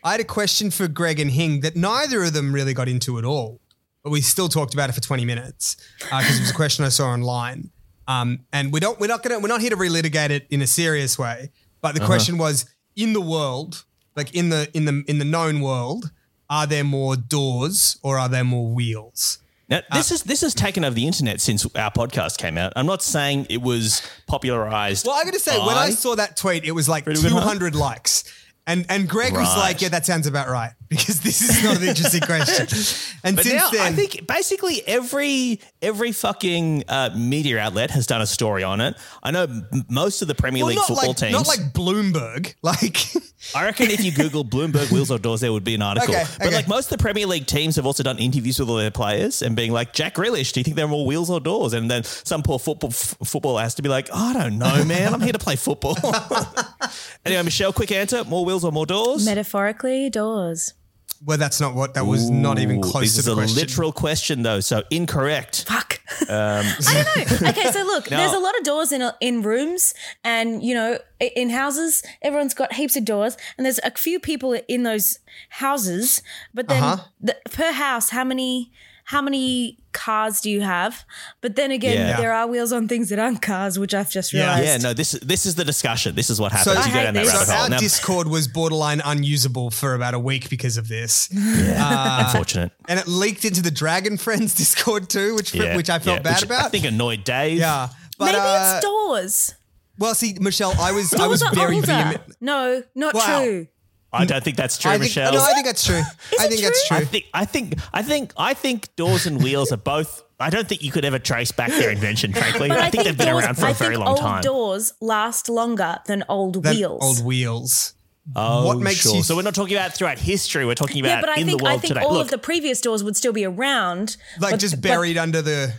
[SPEAKER 2] I had a question for Greg and Hing that neither of them really got into at all, but we still talked about it for 20 minutes because it was a question I saw online. Um, and we don't we're not gonna we're not here to relitigate it in a serious way. But the question was in the world, like in the in the in the known world, are there more doors or are there more wheels?
[SPEAKER 1] Now, this
[SPEAKER 2] Uh,
[SPEAKER 1] is this has taken over the internet since our podcast came out. I'm not saying it was popularized.
[SPEAKER 2] Well, I got to say, when
[SPEAKER 1] by-
[SPEAKER 2] I saw that tweet, it was like
[SPEAKER 1] good, huh?
[SPEAKER 2] 200 likes. And, and Greg was
[SPEAKER 1] Right.
[SPEAKER 2] like, yeah, that sounds about right <laughs> because this is not an
[SPEAKER 1] <laughs>
[SPEAKER 2] interesting question. And
[SPEAKER 1] But
[SPEAKER 2] since
[SPEAKER 1] now I
[SPEAKER 2] then,
[SPEAKER 1] think basically every every fucking uh, media outlet has done a story on it. I know m- most of the Premier
[SPEAKER 2] well,
[SPEAKER 1] League
[SPEAKER 2] not,
[SPEAKER 1] football
[SPEAKER 2] like,
[SPEAKER 1] teams.
[SPEAKER 2] not like Bloomberg. <laughs> Like,
[SPEAKER 1] I reckon if you Google Bloomberg wheels or doors, there would be an article.
[SPEAKER 2] Okay,
[SPEAKER 1] But
[SPEAKER 2] okay.
[SPEAKER 1] like most of the Premier League teams have also done interviews with all their players and being like, Jack Grealish, do you think they're more wheels or doors? And then some poor football f- footballer has to be like, I don't know, man. I'm here to play
[SPEAKER 2] <laughs>
[SPEAKER 1] football. anyway, Michelle, quick answer: more wheels or more doors?
[SPEAKER 3] Metaphorically, doors.
[SPEAKER 2] well, that's not what, that was not even
[SPEAKER 1] Ooh, This
[SPEAKER 2] close to
[SPEAKER 1] is
[SPEAKER 2] the
[SPEAKER 1] a
[SPEAKER 2] question.
[SPEAKER 1] literal question though, so incorrect.
[SPEAKER 3] Fuck.
[SPEAKER 1] Um,
[SPEAKER 3] <laughs> I don't know. Okay, so
[SPEAKER 1] <laughs>
[SPEAKER 3] look, there's a lot of doors in in rooms and you know i- in houses. Everyone's got heaps of doors, and there's a few people in those houses. But then the, per house, how many? how many cars do you have? But then again,
[SPEAKER 1] Yeah.
[SPEAKER 3] there are wheels on things that aren't cars, which I've just
[SPEAKER 2] Yeah.
[SPEAKER 3] realized.
[SPEAKER 1] Yeah, no, this this is the discussion. This is what
[SPEAKER 2] So,
[SPEAKER 1] happens. you
[SPEAKER 3] I
[SPEAKER 1] go
[SPEAKER 3] hate
[SPEAKER 1] down that
[SPEAKER 3] this.
[SPEAKER 1] rabbit
[SPEAKER 2] so
[SPEAKER 1] hole.
[SPEAKER 2] our
[SPEAKER 1] Now,
[SPEAKER 2] Discord was borderline unusable for about a week because of
[SPEAKER 1] <laughs>
[SPEAKER 2] this.
[SPEAKER 1] unfortunate.
[SPEAKER 2] And it leaked into the Dragon Friends Discord too, which
[SPEAKER 1] Yeah,
[SPEAKER 2] <laughs> which I felt
[SPEAKER 1] yeah,
[SPEAKER 2] bad
[SPEAKER 1] which
[SPEAKER 2] about.
[SPEAKER 1] I think annoyed Dave.
[SPEAKER 2] yeah. But,
[SPEAKER 3] Maybe
[SPEAKER 2] uh,
[SPEAKER 3] it's doors.
[SPEAKER 2] well, see, Michelle, I was I was
[SPEAKER 3] Doors are
[SPEAKER 2] very
[SPEAKER 3] older.
[SPEAKER 2] vehement.
[SPEAKER 3] No, not
[SPEAKER 2] Wow.
[SPEAKER 3] true.
[SPEAKER 1] I don't think that's true,
[SPEAKER 2] I think,
[SPEAKER 1] Michelle.
[SPEAKER 2] no, I think that's
[SPEAKER 3] <laughs>
[SPEAKER 2] true. I
[SPEAKER 3] it
[SPEAKER 2] think that's
[SPEAKER 3] true?
[SPEAKER 2] true.
[SPEAKER 1] I think I think I think I think doors and wheels are both. I don't think you could ever trace back their invention. Frankly,
[SPEAKER 3] But
[SPEAKER 1] I think they've been
[SPEAKER 3] doors-
[SPEAKER 1] around for a
[SPEAKER 3] I
[SPEAKER 1] very
[SPEAKER 3] think
[SPEAKER 1] long
[SPEAKER 3] old
[SPEAKER 1] time.
[SPEAKER 3] doors last longer than old
[SPEAKER 2] That
[SPEAKER 3] wheels.
[SPEAKER 2] Old wheels.
[SPEAKER 1] Oh,
[SPEAKER 2] what makes
[SPEAKER 1] sure.
[SPEAKER 2] you
[SPEAKER 1] so we're not talking about throughout history. We're talking about
[SPEAKER 3] yeah, but I
[SPEAKER 1] in
[SPEAKER 3] think
[SPEAKER 1] the world
[SPEAKER 3] I think
[SPEAKER 1] today.
[SPEAKER 3] all
[SPEAKER 1] Look,
[SPEAKER 3] of the previous doors would still be around.
[SPEAKER 2] like
[SPEAKER 3] but-
[SPEAKER 2] just
[SPEAKER 3] but-
[SPEAKER 2] buried under the?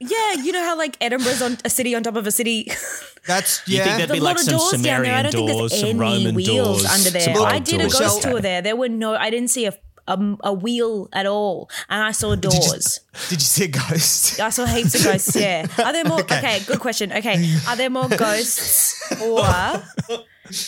[SPEAKER 3] yeah, you know how like Edinburgh's on a city on top of a city. <laughs>
[SPEAKER 2] That's
[SPEAKER 1] you
[SPEAKER 2] yeah.
[SPEAKER 1] think there'd be
[SPEAKER 3] a lot
[SPEAKER 1] like
[SPEAKER 3] of
[SPEAKER 1] some
[SPEAKER 3] doors down there. I
[SPEAKER 1] Sumerian
[SPEAKER 3] don't think
[SPEAKER 1] doors,
[SPEAKER 3] there's
[SPEAKER 1] some
[SPEAKER 3] any
[SPEAKER 1] Roman
[SPEAKER 3] wheels
[SPEAKER 1] doors,
[SPEAKER 3] under
[SPEAKER 1] some
[SPEAKER 3] there.
[SPEAKER 1] old
[SPEAKER 3] I did a
[SPEAKER 1] doors.
[SPEAKER 3] ghost
[SPEAKER 2] Michelle-
[SPEAKER 3] tour there. There were no. I didn't see a a, a wheel at all, and I saw doors.
[SPEAKER 2] Did you see a ghost?
[SPEAKER 3] I saw heaps of ghosts. Yeah.
[SPEAKER 1] <laughs>
[SPEAKER 3] Are there more? Okay. good question. Okay, are there more ghosts or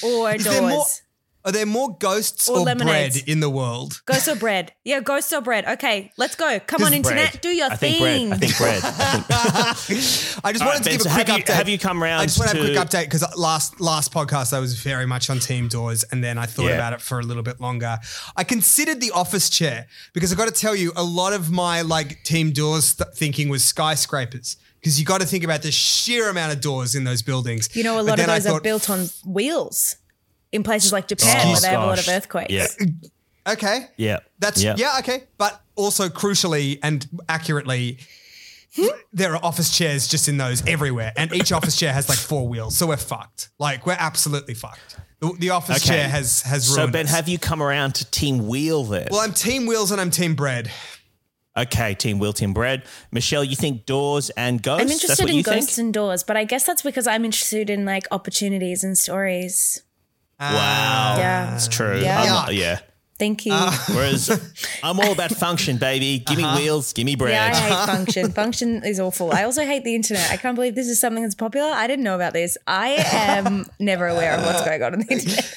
[SPEAKER 3] or
[SPEAKER 2] there more-
[SPEAKER 3] doors?
[SPEAKER 2] Are there more ghosts
[SPEAKER 3] Or
[SPEAKER 2] or, bread
[SPEAKER 3] lemonades.
[SPEAKER 2] in the world?
[SPEAKER 3] Ghosts or bread? Yeah, ghosts or bread. Okay, let's go. Come on, internet,
[SPEAKER 1] Bread.
[SPEAKER 3] do your
[SPEAKER 1] I
[SPEAKER 3] thing.
[SPEAKER 1] think bread. I think
[SPEAKER 3] <laughs>
[SPEAKER 1] bread. I think-
[SPEAKER 2] I just
[SPEAKER 1] All
[SPEAKER 2] wanted
[SPEAKER 1] right,
[SPEAKER 2] to
[SPEAKER 1] Ben,
[SPEAKER 2] give
[SPEAKER 1] so
[SPEAKER 2] a quick
[SPEAKER 1] have you-
[SPEAKER 2] update.
[SPEAKER 1] have you come round
[SPEAKER 2] I just want to have a quick
[SPEAKER 1] to-
[SPEAKER 2] update because last last podcast I was very much on team doors, and then I thought
[SPEAKER 1] Yeah.
[SPEAKER 2] about it for a little bit longer. I considered the office chair because I got to tell you, a lot of my like team doors th- thinking was skyscrapers because you got to think about the sheer amount of doors in those buildings.
[SPEAKER 3] You know, a
[SPEAKER 2] But
[SPEAKER 3] lot of
[SPEAKER 2] then I
[SPEAKER 3] those are
[SPEAKER 2] thought,
[SPEAKER 3] built on wheels in places like Japan
[SPEAKER 1] Oh,
[SPEAKER 3] where they have a lot
[SPEAKER 1] gosh.
[SPEAKER 3] of earthquakes.
[SPEAKER 1] Yeah.
[SPEAKER 2] Okay.
[SPEAKER 1] Yeah.
[SPEAKER 2] That's
[SPEAKER 1] Yeah.
[SPEAKER 2] yeah, okay. But also crucially and accurately, there are office chairs just in those everywhere. And each office chair has like four wheels. So we're fucked. Like we're absolutely fucked. The, the office
[SPEAKER 1] Okay.
[SPEAKER 2] chair has has
[SPEAKER 1] So
[SPEAKER 2] ruined.
[SPEAKER 1] Ben,
[SPEAKER 2] us.
[SPEAKER 1] have you come around to Team Wheel then?
[SPEAKER 2] well, I'm team wheels and I'm team bread.
[SPEAKER 1] okay, Team Wheel, Team Bread. Michelle, you think doors and ghosts?
[SPEAKER 3] I'm
[SPEAKER 1] That's
[SPEAKER 3] interested
[SPEAKER 1] what
[SPEAKER 3] in
[SPEAKER 1] you
[SPEAKER 3] ghosts
[SPEAKER 1] think?
[SPEAKER 3] and doors, but I guess that's because I'm interested in like opportunities and
[SPEAKER 2] Uh,
[SPEAKER 3] stories.
[SPEAKER 2] Ah.
[SPEAKER 1] Wow.
[SPEAKER 3] Yeah.
[SPEAKER 1] That's true.
[SPEAKER 3] Yeah.
[SPEAKER 1] I'm not- yeah.
[SPEAKER 3] Thank you. <laughs>
[SPEAKER 1] Whereas I'm all about function, baby. Give me wheels, give me bread.
[SPEAKER 3] Uh-huh. yeah,
[SPEAKER 2] <laughs>
[SPEAKER 3] I hate function. Function is awful. I also hate the internet. I can't believe this is something that's popular. I didn't know about this. I am never aware of what's
[SPEAKER 2] <laughs>
[SPEAKER 3] going on on the internet.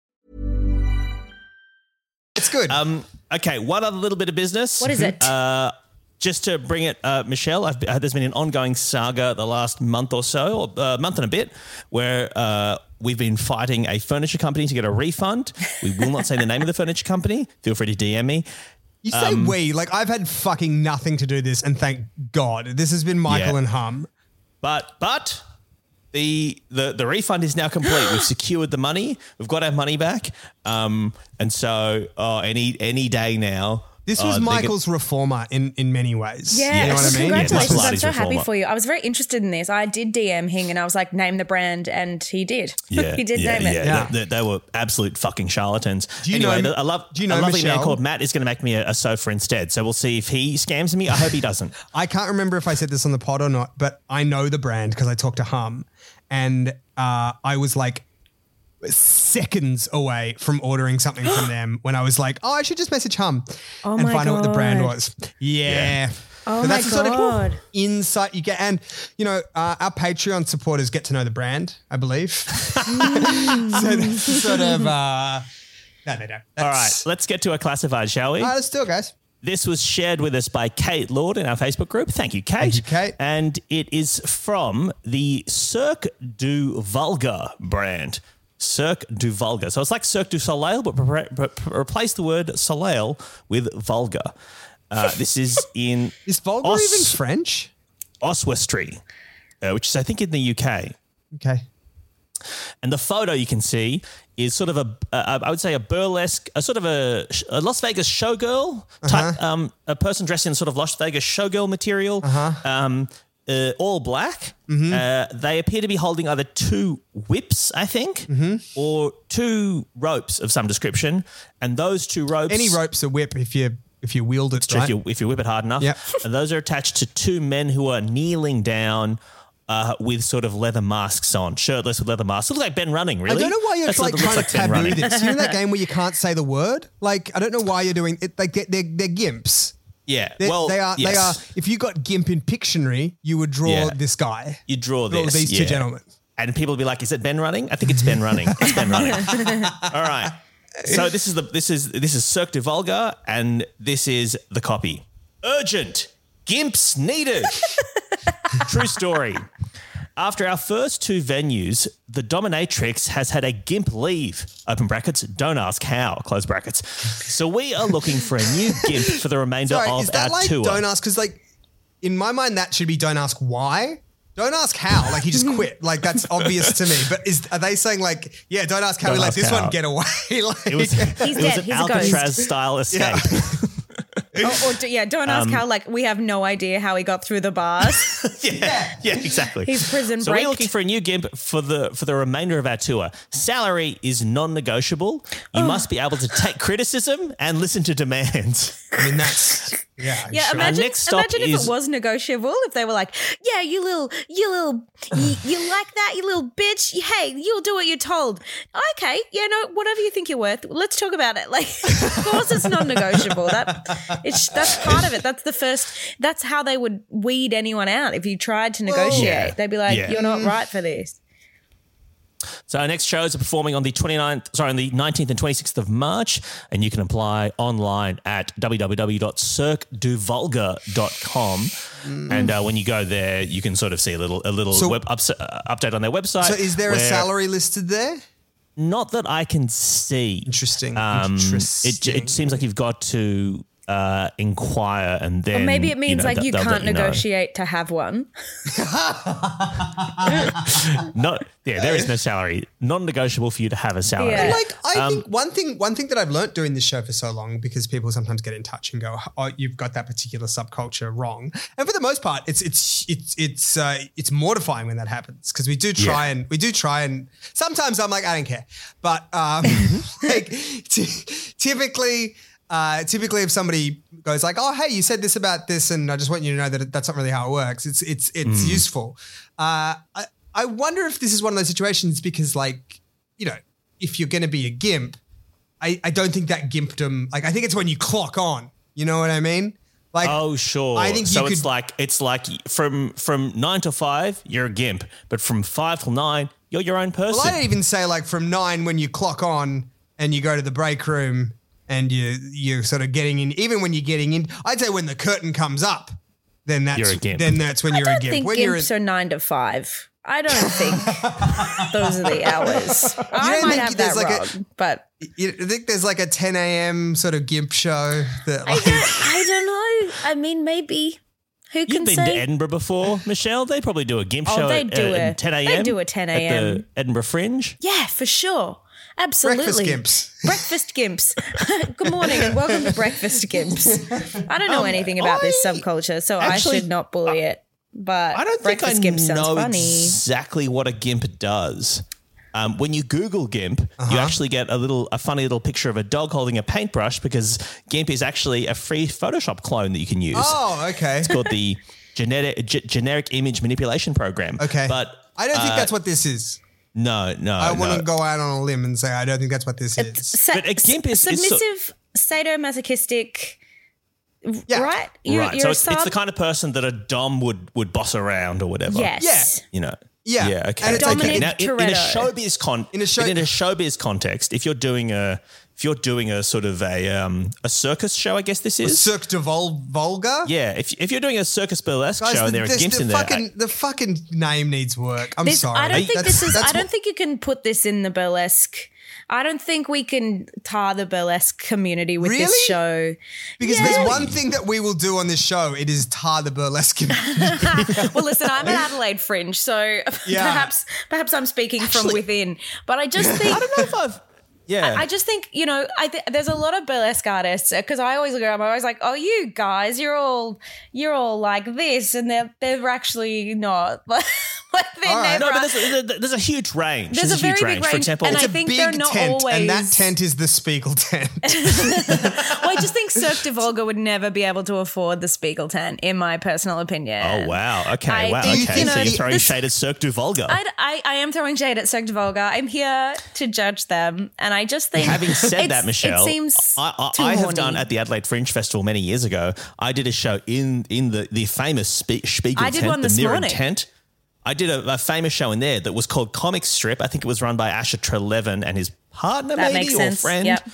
[SPEAKER 2] It's good.
[SPEAKER 1] Um, okay, one other little bit of business.
[SPEAKER 3] What is it?
[SPEAKER 1] Uh, just to bring it, uh, Michelle, I've, uh, there's been an ongoing saga the last month or so, or uh, month and a bit, where uh, we've been fighting a furniture company to get a refund. We will not say the name of the furniture company. Feel free to DM me.
[SPEAKER 2] you say
[SPEAKER 1] um,
[SPEAKER 2] we, like I've had fucking nothing to do this, and thank God. This has been Michael
[SPEAKER 1] Yeah.
[SPEAKER 2] and Hum.
[SPEAKER 1] But but the the the refund is now complete. <gasps> We've secured the money. We've got our money back. Um, and so oh, any any day now.
[SPEAKER 2] This
[SPEAKER 1] uh,
[SPEAKER 2] was
[SPEAKER 1] they're gonna-
[SPEAKER 2] Michael's reformer in in many ways.
[SPEAKER 3] Yeah,
[SPEAKER 2] You know what I mean?
[SPEAKER 3] congratulations.
[SPEAKER 1] Yeah,
[SPEAKER 3] I'm so happy
[SPEAKER 1] reformer.
[SPEAKER 3] for you. I was very interested in this. I did DM Hing and I was like, name the brand, and he did. <laughs> he did
[SPEAKER 1] yeah,
[SPEAKER 3] name it.
[SPEAKER 1] yeah.
[SPEAKER 2] Yeah.
[SPEAKER 1] They, they were absolute fucking charlatans.
[SPEAKER 2] Do you
[SPEAKER 1] anyway,
[SPEAKER 2] know-
[SPEAKER 1] the- I love,
[SPEAKER 2] do you know
[SPEAKER 1] a lovely man
[SPEAKER 2] Michelle?
[SPEAKER 1] called Matt is going to make me a, a sofa instead. So we'll see if he scams me. I hope he doesn't.
[SPEAKER 2] I can't remember if I said this on the pod or not, but I know the brand because I talked to Hum, and uh, I was like seconds away from ordering something
[SPEAKER 3] <gasps>
[SPEAKER 2] from them when I was like, "Oh, I should just message Hum
[SPEAKER 3] Oh
[SPEAKER 2] and
[SPEAKER 3] my
[SPEAKER 2] find out what the brand
[SPEAKER 3] God.
[SPEAKER 2] was." Yeah.
[SPEAKER 3] Oh
[SPEAKER 2] So
[SPEAKER 3] my
[SPEAKER 2] that's the sort of
[SPEAKER 3] God.
[SPEAKER 2] insight you get, and you know uh, our Patreon supporters get to know the brand, I believe. <laughs> so
[SPEAKER 3] Mm.
[SPEAKER 2] that's the sort of uh, no, they don't.
[SPEAKER 1] All right,
[SPEAKER 2] <laughs> That's,
[SPEAKER 1] let's get to a classified, shall we?
[SPEAKER 2] All right, let's do it, guys.
[SPEAKER 1] This was shared with us by Kate Lord in our Facebook group. Thank you, Kate. Thank
[SPEAKER 2] you, Kate.
[SPEAKER 1] And it is from the Cirque du Vulgar brand. Cirque du Vulgar. So it's like Cirque du Soleil, but pre- pre- pre- replace the word Soleil with vulgar. Uh, this is in
[SPEAKER 2] <laughs> Is vulgar
[SPEAKER 1] Os-
[SPEAKER 2] even French?
[SPEAKER 1] oswestry, uh, which is, I think, in the UK.
[SPEAKER 2] Okay.
[SPEAKER 1] And the photo you can see is sort of a, uh, I would say, a burlesque, a sort of a, a Las Vegas showgirl type, um, a person dressed in sort of Las Vegas showgirl material. Um, uh, all black. Uh, they appear to be holding either two whips, I think, or two ropes of some description. And those two ropes,
[SPEAKER 2] Any rope's a whip if you if you wield it
[SPEAKER 1] So
[SPEAKER 2] right.
[SPEAKER 1] if you if you whip it hard enough,
[SPEAKER 2] Yep.
[SPEAKER 1] <laughs> and those are attached to two men who are kneeling down. Uh, with sort of leather masks on, shirtless with leather masks. Look like Ben running, really.
[SPEAKER 2] I don't know why you're
[SPEAKER 1] That's
[SPEAKER 2] like
[SPEAKER 1] what it looks
[SPEAKER 2] trying to
[SPEAKER 1] Ben
[SPEAKER 2] taboo
[SPEAKER 1] Running.
[SPEAKER 2] this. You know that game where you can't say the word? Like I don't know why you're doing it. Like they're they're, they're gimps.
[SPEAKER 1] <laughs> Yeah.
[SPEAKER 2] They,
[SPEAKER 1] well,
[SPEAKER 2] they are they are.
[SPEAKER 1] yes.
[SPEAKER 2] If you got gimp in Pictionary, you would draw
[SPEAKER 1] Yeah.
[SPEAKER 2] this guy.
[SPEAKER 1] You draw
[SPEAKER 2] Draw
[SPEAKER 1] this.
[SPEAKER 2] these two
[SPEAKER 1] yeah.
[SPEAKER 2] gentlemen.
[SPEAKER 1] And people will be like, "Is it Ben running?" I think it's Ben
[SPEAKER 3] <laughs>
[SPEAKER 1] running. It's Ben running. All right. So this is the this is this is Cirque du Volga, and this is the copy. Urgent. Gimps
[SPEAKER 3] <laughs>
[SPEAKER 1] needed. True story. After our first two venues, the dominatrix has had a gimp leave. Open brackets. Don't ask how. Close brackets. So we are looking for a new gimp for the remainder
[SPEAKER 2] Sorry,
[SPEAKER 1] of
[SPEAKER 2] is that
[SPEAKER 1] our
[SPEAKER 2] like
[SPEAKER 1] tour.
[SPEAKER 2] don't ask? Because like in my mind, that should be don't ask why. Don't ask how.
[SPEAKER 1] <laughs>
[SPEAKER 2] Like he just quit. Like that's obvious to me. But is are they saying like yeah? Don't ask how.
[SPEAKER 1] Don't
[SPEAKER 2] we let
[SPEAKER 1] ask
[SPEAKER 2] this
[SPEAKER 1] how.
[SPEAKER 2] one get away. <laughs> like
[SPEAKER 1] it was, it was
[SPEAKER 3] dead.
[SPEAKER 1] an
[SPEAKER 3] He's a ghost.
[SPEAKER 1] Alcatraz style escape.
[SPEAKER 3] or, or do, yeah, don't ask
[SPEAKER 1] Um,
[SPEAKER 3] how. Like we have no idea how he got through
[SPEAKER 1] <laughs>
[SPEAKER 3] the bars.
[SPEAKER 1] yeah, <laughs> yeah, exactly.
[SPEAKER 3] He's prison
[SPEAKER 1] So
[SPEAKER 3] breaked.
[SPEAKER 1] we're looking for a new gimp for the for the remainder of our tour. Salary is non-negotiable. You must be able to take criticism and listen to demands.
[SPEAKER 2] I mean that's yeah.
[SPEAKER 3] yeah,
[SPEAKER 2] sure.
[SPEAKER 3] imagine,
[SPEAKER 1] uh, next stop
[SPEAKER 3] imagine if
[SPEAKER 1] is-
[SPEAKER 3] it was negotiable. If they were like, "Yeah, you little, you
[SPEAKER 1] <sighs>
[SPEAKER 3] little, you, you like that, you little bitch. Hey, you'll do what you're told. Okay, yeah, no, whatever you think you're worth. Let's talk about it. <laughs> Like, of course, it's non-negotiable. That it's that's part of it. That's the first. That's how they would weed anyone out if you tried to negotiate.
[SPEAKER 1] Yeah.
[SPEAKER 3] They'd be like,
[SPEAKER 1] Yeah.
[SPEAKER 3] "You're not right for this."
[SPEAKER 1] <laughs> So our next shows are performing on the 29th, sorry, on the 19th and 26th of March, and you can apply online at www.circduvolga.com. And uh, when you go there, you can sort of see a little a little
[SPEAKER 2] Mm. So-
[SPEAKER 1] web ups, uh, update on their website.
[SPEAKER 2] So is there a
[SPEAKER 1] where-
[SPEAKER 2] salary listed there?
[SPEAKER 1] Not that I can see.
[SPEAKER 2] Interesting.
[SPEAKER 1] Um, it,
[SPEAKER 2] Interesting.
[SPEAKER 1] it seems like you've got to uh, inquire and then.
[SPEAKER 3] Or maybe it
[SPEAKER 1] you
[SPEAKER 3] means
[SPEAKER 1] know,
[SPEAKER 3] like
[SPEAKER 1] they'll-
[SPEAKER 3] you
[SPEAKER 1] they'll let
[SPEAKER 3] can't
[SPEAKER 1] know.
[SPEAKER 3] negotiate to have one.
[SPEAKER 1] No, yeah, there is no salary. Non negotiable for you to have a salary.
[SPEAKER 3] Yeah.
[SPEAKER 2] like I think one thing one thing that I've learnt doing this show for so long because people sometimes get in touch and go, "Oh, you've got that particular subculture wrong," and for the most part, it's it's it's it's uh, it's mortifying when that happens because we do try and we do try and sometimes I'm like, I don't care, but um, <laughs> like t- typically. Uh, typically, if somebody goes like, "Oh, hey, you said this about this," and I just want you to know that it- that's not really how it works. It's it's it's useful. Uh, I I wonder if this is one of those situations because, like, you know, if you're going to be a gimp, I, I don't think that gimpdom, like, I think it's when you clock on. You know what I mean? Like,
[SPEAKER 1] Oh sure.
[SPEAKER 2] I think
[SPEAKER 1] so.
[SPEAKER 2] you
[SPEAKER 1] it's
[SPEAKER 2] could-
[SPEAKER 1] like it's like from from nine to five, you're a gimp, but from five till nine, you're your own person.
[SPEAKER 2] well, I don't even say, like, from nine when you clock on and you go to the break room and you, you're sort of getting in, even when you're getting in, I'd say when the curtain comes up, then that's,
[SPEAKER 1] You're a gimp.
[SPEAKER 2] then that's when you're
[SPEAKER 3] I
[SPEAKER 2] a
[SPEAKER 3] don't
[SPEAKER 2] gimp.
[SPEAKER 3] think
[SPEAKER 2] When you're
[SPEAKER 3] gimps are nine to five. I
[SPEAKER 1] <laughs>
[SPEAKER 3] don't think those are the hours.
[SPEAKER 2] You
[SPEAKER 3] I
[SPEAKER 2] don't
[SPEAKER 3] might
[SPEAKER 2] think
[SPEAKER 3] have
[SPEAKER 2] there's
[SPEAKER 3] that
[SPEAKER 2] like a-
[SPEAKER 3] wrong,
[SPEAKER 1] <laughs>
[SPEAKER 3] but
[SPEAKER 2] you I think there's like a 10 a.m. sort of gimp show that,
[SPEAKER 3] I
[SPEAKER 2] like,
[SPEAKER 3] don't, I don't know. I mean, maybe who
[SPEAKER 1] You've
[SPEAKER 3] can
[SPEAKER 1] been to
[SPEAKER 3] say?
[SPEAKER 1] Edinburgh before, Michelle. They probably do a gimp
[SPEAKER 3] Oh,
[SPEAKER 1] show
[SPEAKER 3] they
[SPEAKER 1] at,
[SPEAKER 3] do
[SPEAKER 1] uh,
[SPEAKER 3] a-
[SPEAKER 1] at 10
[SPEAKER 3] they
[SPEAKER 1] a.m.
[SPEAKER 3] do a 10
[SPEAKER 1] at the
[SPEAKER 3] a.m..
[SPEAKER 1] Edinburgh Fringe.
[SPEAKER 3] yeah, for sure.
[SPEAKER 2] breakfast
[SPEAKER 3] Absolutely.
[SPEAKER 2] gimps.
[SPEAKER 3] Breakfast gimps. <laughs> Good morning and welcome to Breakfast Gimps. I don't know anything about this
[SPEAKER 1] Um, I
[SPEAKER 3] subculture, so I
[SPEAKER 1] actually-
[SPEAKER 3] should not bully it. But
[SPEAKER 1] I don't think I
[SPEAKER 3] Breakfast Gimp sounds
[SPEAKER 1] know
[SPEAKER 3] funny.
[SPEAKER 1] exactly what a gimp does. Um, when you Google gimp,
[SPEAKER 2] Uh-huh.
[SPEAKER 1] you actually get a little, a funny little picture of a dog holding a paintbrush because gimp is actually a free Photoshop clone that you can use.
[SPEAKER 2] Oh, okay.
[SPEAKER 1] It's called the genetic ge- generic image manipulation program.
[SPEAKER 2] Okay.
[SPEAKER 1] but
[SPEAKER 2] I don't think
[SPEAKER 1] uh,
[SPEAKER 2] that's what this is.
[SPEAKER 1] no, no.
[SPEAKER 2] I
[SPEAKER 1] no.
[SPEAKER 2] want to go out on a limb and say I don't think that's what this is.
[SPEAKER 3] Sa-
[SPEAKER 1] But a gimp is- is so-
[SPEAKER 3] submissive, sadomasochistic,
[SPEAKER 2] Yeah.
[SPEAKER 3] right? You're,
[SPEAKER 1] right.
[SPEAKER 3] you're
[SPEAKER 1] so
[SPEAKER 3] a
[SPEAKER 1] it's, it's
[SPEAKER 3] sub-
[SPEAKER 1] the kind of person that a dom would would boss around or whatever.
[SPEAKER 3] Yes.
[SPEAKER 1] You know.
[SPEAKER 2] Yeah.
[SPEAKER 1] Yeah. Okay.
[SPEAKER 2] And it's okay.
[SPEAKER 1] okay.
[SPEAKER 3] Dominic
[SPEAKER 1] Now, in, in a
[SPEAKER 3] Toretto.
[SPEAKER 1] showbiz con in
[SPEAKER 2] In
[SPEAKER 1] a,
[SPEAKER 2] a show-
[SPEAKER 1] in a showbiz context, if you're doing a if you're doing a sort of a um a circus show, I guess this is.
[SPEAKER 2] Cirque du Vol- Volga.
[SPEAKER 1] yeah. If, if you're doing a circus burlesque
[SPEAKER 2] Guys,
[SPEAKER 1] show
[SPEAKER 2] the,
[SPEAKER 1] and there are
[SPEAKER 2] this-
[SPEAKER 1] gimps
[SPEAKER 2] the
[SPEAKER 1] in there,
[SPEAKER 2] fucking the fucking name needs work. I'm
[SPEAKER 3] This-
[SPEAKER 2] sorry.
[SPEAKER 3] I don't think
[SPEAKER 2] That's-
[SPEAKER 3] this is.
[SPEAKER 2] that's
[SPEAKER 3] I don't
[SPEAKER 2] what-
[SPEAKER 3] think you can put this in the burlesque. I don't think we can tar the burlesque community with
[SPEAKER 2] Really? <laughs>
[SPEAKER 3] this show. <laughs>
[SPEAKER 2] because there's one thing that we will do on this show. It is tar the burlesque.
[SPEAKER 3] <laughs>
[SPEAKER 2] community.
[SPEAKER 3] well, listen, I'm an Adelaide Fringe, so <laughs>
[SPEAKER 2] Yeah. <laughs>
[SPEAKER 3] perhaps perhaps I'm speaking from within. But I just think
[SPEAKER 1] I don't know if I've. Yeah.
[SPEAKER 3] I, I just think you know, I th- there's a lot of burlesque artists because I always look around. I'm always like, oh, you guys, you're all you're all like this, and they're they're actually not. <laughs> like they're
[SPEAKER 2] All right.
[SPEAKER 1] no,
[SPEAKER 3] never-
[SPEAKER 1] but there's, there- there's a huge range.
[SPEAKER 3] There's
[SPEAKER 1] There's,
[SPEAKER 3] a
[SPEAKER 1] huge
[SPEAKER 3] very big
[SPEAKER 1] range. For
[SPEAKER 3] range,
[SPEAKER 1] example,
[SPEAKER 3] and
[SPEAKER 2] It's
[SPEAKER 3] I
[SPEAKER 2] a
[SPEAKER 3] think
[SPEAKER 2] big
[SPEAKER 3] they're
[SPEAKER 2] tent,
[SPEAKER 3] not
[SPEAKER 2] and that
[SPEAKER 3] always-
[SPEAKER 2] tent is the Spiegel tent.
[SPEAKER 3] <laughs> well, I
[SPEAKER 1] <laughs>
[SPEAKER 3] just think Cirque du Volga would never be able to afford the Spiegel tent, in my personal opinion.
[SPEAKER 1] oh wow, okay,
[SPEAKER 3] I
[SPEAKER 1] wow,
[SPEAKER 3] think,
[SPEAKER 1] okay.
[SPEAKER 2] you
[SPEAKER 1] so
[SPEAKER 2] know,
[SPEAKER 1] you're throwing
[SPEAKER 3] this-
[SPEAKER 1] shade at Cirque du Volga.
[SPEAKER 3] I, I, I am throwing shade at Cirque du Volga. I'm here to judge them, and I just think
[SPEAKER 1] Having said
[SPEAKER 3] it's-
[SPEAKER 1] that, Michelle,
[SPEAKER 3] it seems
[SPEAKER 1] I,
[SPEAKER 3] too
[SPEAKER 1] I, I have
[SPEAKER 3] horny.
[SPEAKER 1] done at the Adelaide Fringe Festival many years ago. I did a show in in the the famous Spe- Spiegel
[SPEAKER 3] I did
[SPEAKER 1] tent,
[SPEAKER 3] one
[SPEAKER 1] the
[SPEAKER 3] this
[SPEAKER 1] Mirren
[SPEAKER 3] morning.
[SPEAKER 1] tent. I did a, a famous show in there that was called Comic Strip. I think it was run by Asher Trelevin and his partner,
[SPEAKER 3] That
[SPEAKER 1] maybe
[SPEAKER 3] makes
[SPEAKER 1] or
[SPEAKER 3] sense.
[SPEAKER 1] friend.
[SPEAKER 3] Yep.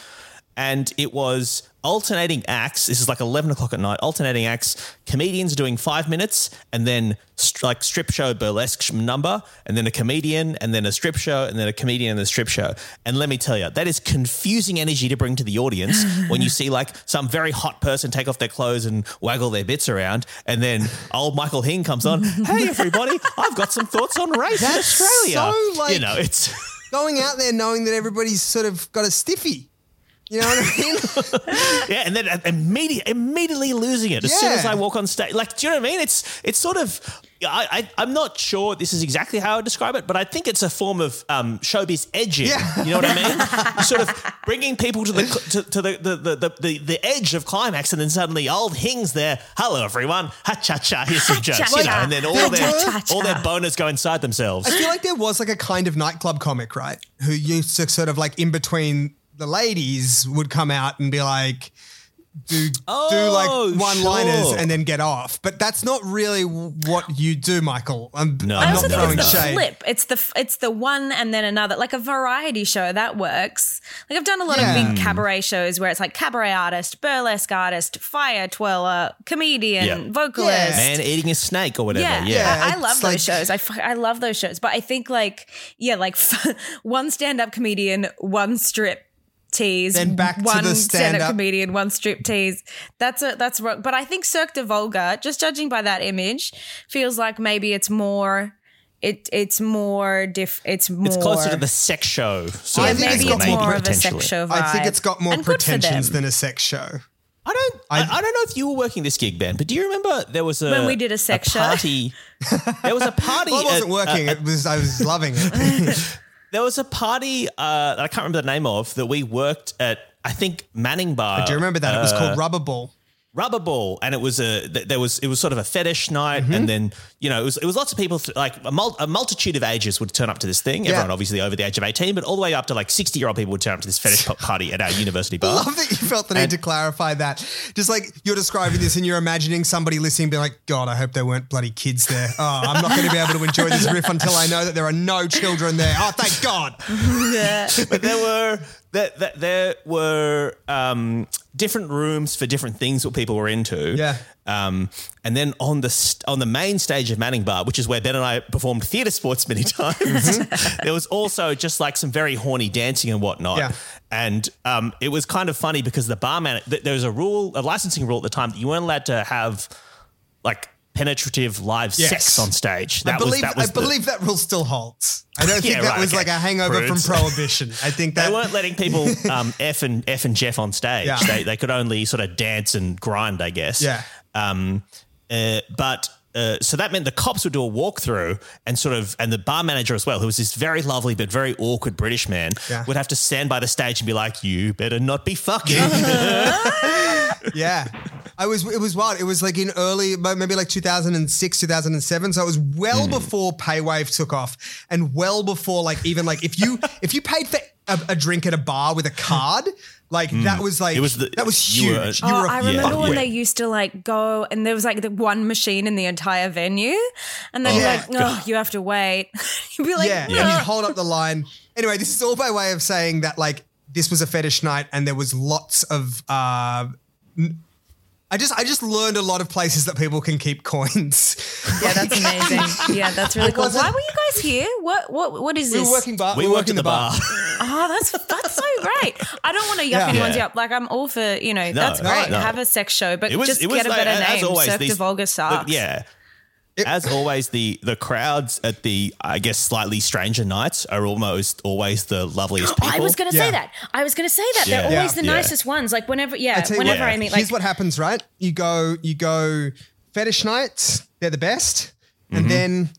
[SPEAKER 1] And it was alternating acts. This is like eleven o'clock at night. Alternating acts. Comedians doing five minutes, and then st- like strip show burlesque sh- number, and then a comedian, and then a strip show, and then a comedian and a strip show. And let me tell you, that is confusing energy to bring to the
[SPEAKER 2] <laughs>
[SPEAKER 1] audience when you see like some very hot person take off their clothes and waggle their bits around, and then old Michael Hing comes
[SPEAKER 2] <laughs>
[SPEAKER 1] on. Hey everybody, I've got some thoughts on race in
[SPEAKER 2] That's
[SPEAKER 1] Australia.
[SPEAKER 2] so, like-
[SPEAKER 1] you know, it's. <laughs>
[SPEAKER 2] Going out there knowing that everybody's sort of got a stiffy. You know what I mean?
[SPEAKER 1] <laughs> Yeah, and then immediately, immediately losing it as soon as
[SPEAKER 2] Yeah.
[SPEAKER 1] I walk on stage. Like, do you know what I mean? It's it's sort of. I, I I'm not sure this is exactly how I would describe it, but I think it's a form of um, showbiz edging.
[SPEAKER 2] Yeah.
[SPEAKER 1] You know what I
[SPEAKER 3] <laughs>
[SPEAKER 1] mean? sort of bringing people to the cl- to, to the, the, the, the, the the edge of climax, and then suddenly old Hing's there. Hello, everyone. Ha cha cha. Here's some jokes, you know,
[SPEAKER 3] Ha-cha-cha.
[SPEAKER 1] and then all their
[SPEAKER 3] Ha-cha-cha.
[SPEAKER 1] all their boners go inside themselves.
[SPEAKER 2] I feel like there was like a kind of nightclub comic, right? Who used to sort of like in between the ladies would come out and be like, do
[SPEAKER 1] Oh,
[SPEAKER 2] do like one liners
[SPEAKER 1] sure.
[SPEAKER 2] and then get off. But that's not really what you do, Michael. I'm,
[SPEAKER 1] No,
[SPEAKER 2] I'm
[SPEAKER 3] I also
[SPEAKER 2] not
[SPEAKER 3] think
[SPEAKER 2] throwing
[SPEAKER 3] it's the
[SPEAKER 2] shade.
[SPEAKER 3] flip. It's the it's the one and then another, like a variety show that works. Like I've done a lot
[SPEAKER 2] Yeah.
[SPEAKER 1] Hmm.
[SPEAKER 3] of big cabaret shows where it's like cabaret artist, burlesque artist, fire twirler, comedian,
[SPEAKER 1] Yeah.
[SPEAKER 3] vocalist.
[SPEAKER 2] Yeah.
[SPEAKER 1] Man eating a snake or whatever.
[SPEAKER 3] Yeah,
[SPEAKER 2] Yeah,
[SPEAKER 3] I, I
[SPEAKER 2] it's
[SPEAKER 3] love
[SPEAKER 2] like-
[SPEAKER 3] those shows. I, f- I love those shows, but I think like yeah, like <laughs> one stand up comedian, one strip tease,
[SPEAKER 2] Then back to
[SPEAKER 3] one
[SPEAKER 2] the stand-up.
[SPEAKER 3] up comedian, one strip tease. That's a that's wrong. But I think Cirque du Volga, just judging by that image, feels like maybe it's more. It it's more diff. It's more.
[SPEAKER 1] It's closer to the sex show. Sort
[SPEAKER 2] I
[SPEAKER 1] of
[SPEAKER 2] think
[SPEAKER 3] maybe
[SPEAKER 2] it's
[SPEAKER 3] it's,
[SPEAKER 2] got
[SPEAKER 1] angle,
[SPEAKER 2] more
[SPEAKER 3] more of a
[SPEAKER 1] potentially.
[SPEAKER 3] sex show vibe.
[SPEAKER 2] I think it's got more
[SPEAKER 3] And good for
[SPEAKER 2] pretensions
[SPEAKER 3] them.
[SPEAKER 2] than a sex show.
[SPEAKER 1] I don't. I, I don't know if you were working this gig, Ben, but do you remember there was a
[SPEAKER 3] When we did a sex
[SPEAKER 2] <laughs>
[SPEAKER 3] show?
[SPEAKER 1] party? there was a party.
[SPEAKER 2] Well, I wasn't
[SPEAKER 1] at-
[SPEAKER 2] working.
[SPEAKER 1] uh,
[SPEAKER 2] it was I
[SPEAKER 3] <laughs>
[SPEAKER 2] was loving it.
[SPEAKER 1] there was a party uh, that I can't remember the name of that we worked at. I think Manning Bar. Uh,
[SPEAKER 2] Do you remember that? It was
[SPEAKER 3] Uh,
[SPEAKER 2] called Rubber Ball.
[SPEAKER 1] rubber ball and it was a th- there was it was sort of a fetish night
[SPEAKER 2] Mm-hmm.
[SPEAKER 1] and then you know it was it was lots of people th- like a, mul- a multitude of ages would turn up to this thing everyone obviously over the age of 18 but all the way up to like 60 year old people would turn up to this
[SPEAKER 2] <laughs>
[SPEAKER 1] fetish po- party at our university bar
[SPEAKER 2] love that you felt the need to clarify that. Just like you're describing this and you're imagining somebody listening being like, God, I hope there weren't bloody kids there. Oh, I'm not going to be able to enjoy this riff until I know that there are no children there. Oh, thank God. <laughs>
[SPEAKER 1] <laughs> but there were there, there, there were um, different rooms for different things what people were into.
[SPEAKER 2] Yeah.
[SPEAKER 1] Um, and then on the st- on the main stage of Manning Bar, which is where Ben and I performed theatre sports many <laughs> times, there was also just like some very horny dancing and whatnot.
[SPEAKER 2] Mm-hmm. Yeah.
[SPEAKER 1] And um, it was kind of funny because the barman th- there was a rule, a licensing rule at the time that you weren't allowed to have like penetrative live
[SPEAKER 2] Yes.
[SPEAKER 1] sex on stage. That
[SPEAKER 2] I believe,
[SPEAKER 1] was that was
[SPEAKER 2] I
[SPEAKER 1] the-
[SPEAKER 2] believe that rule still holds. I don't think
[SPEAKER 1] Yeah,
[SPEAKER 2] that
[SPEAKER 1] right,
[SPEAKER 2] was
[SPEAKER 1] okay.
[SPEAKER 2] like a hangover
[SPEAKER 1] Prudes.
[SPEAKER 2] from Prohibition. I think that.
[SPEAKER 1] they weren't letting
[SPEAKER 2] <laughs>
[SPEAKER 1] people um, f and f and Jeff on stage.
[SPEAKER 2] Yeah.
[SPEAKER 1] They they could only sort of dance and grind, I guess.
[SPEAKER 2] Yeah.
[SPEAKER 1] Um. Uh, but. Uh, so that meant the cops would do a walkthrough and sort of, and the bar manager as well, who was this very lovely but very awkward British man,
[SPEAKER 2] Yeah.
[SPEAKER 1] would have to stand by the stage and be like, "You better not be
[SPEAKER 2] <laughs>
[SPEAKER 1] fucking."
[SPEAKER 2] Yeah. I was, it was wild. It was like in early, maybe like 2006, 2007. So it was well
[SPEAKER 1] Mm.
[SPEAKER 2] before PayWave took off and well before like, even like if
[SPEAKER 1] <laughs>
[SPEAKER 2] you, if you paid for a, a drink at a bar with a card, like that was like,
[SPEAKER 1] Mm. It was the-
[SPEAKER 2] that was
[SPEAKER 1] you
[SPEAKER 2] huge.
[SPEAKER 1] were-
[SPEAKER 2] You
[SPEAKER 3] Oh,
[SPEAKER 2] were a
[SPEAKER 3] I remember
[SPEAKER 1] fucking
[SPEAKER 3] when
[SPEAKER 1] wimp.
[SPEAKER 3] they used to like go and there was like the one machine in the entire venue, and they'd be
[SPEAKER 2] Yeah.
[SPEAKER 3] like, "Oh, you have to wait." <laughs> You'd be like,
[SPEAKER 2] yeah,
[SPEAKER 3] "Ugh."
[SPEAKER 2] and you'd hold up the line. Anyway, this is all by way of saying that like this was a fetish night, and there was lots of. Uh, n- I just I just learned a lot of places that people can keep coins. <laughs>
[SPEAKER 3] Yeah, that's amazing. Yeah, that's really cool.
[SPEAKER 2] wasn't-
[SPEAKER 3] Why were you guys here? What what what is
[SPEAKER 2] we
[SPEAKER 3] this?
[SPEAKER 2] were working bar.
[SPEAKER 1] we
[SPEAKER 2] were
[SPEAKER 1] worked
[SPEAKER 2] working
[SPEAKER 1] at the bar. <laughs>
[SPEAKER 3] oh, that's that's so great. I don't want to yuck
[SPEAKER 2] Yeah.
[SPEAKER 3] anyone's
[SPEAKER 1] Yeah.
[SPEAKER 3] up. Like I'm all for you know. that's
[SPEAKER 1] no,
[SPEAKER 3] great.
[SPEAKER 1] no.
[SPEAKER 3] Have a sex show, but just get a
[SPEAKER 1] like,
[SPEAKER 3] better
[SPEAKER 1] as
[SPEAKER 3] name.
[SPEAKER 1] always,
[SPEAKER 3] Cirque
[SPEAKER 1] these-
[SPEAKER 3] du Volga sucks.
[SPEAKER 1] yeah. As always, the the crowds at the I guess slightly stranger nights are almost always the loveliest people.
[SPEAKER 3] <gasps> I was going to
[SPEAKER 2] Yeah.
[SPEAKER 3] say that. I was going to say that.
[SPEAKER 1] Yeah.
[SPEAKER 3] They're always
[SPEAKER 1] Yeah.
[SPEAKER 3] the
[SPEAKER 1] Yeah.
[SPEAKER 3] nicest ones. Like whenever, yeah,
[SPEAKER 2] tell you
[SPEAKER 3] whenever
[SPEAKER 1] what,
[SPEAKER 3] I meet, like
[SPEAKER 2] Here's what happens, right? You go, you go fetish nights. They're the best,
[SPEAKER 1] Mm-hmm.
[SPEAKER 2] and then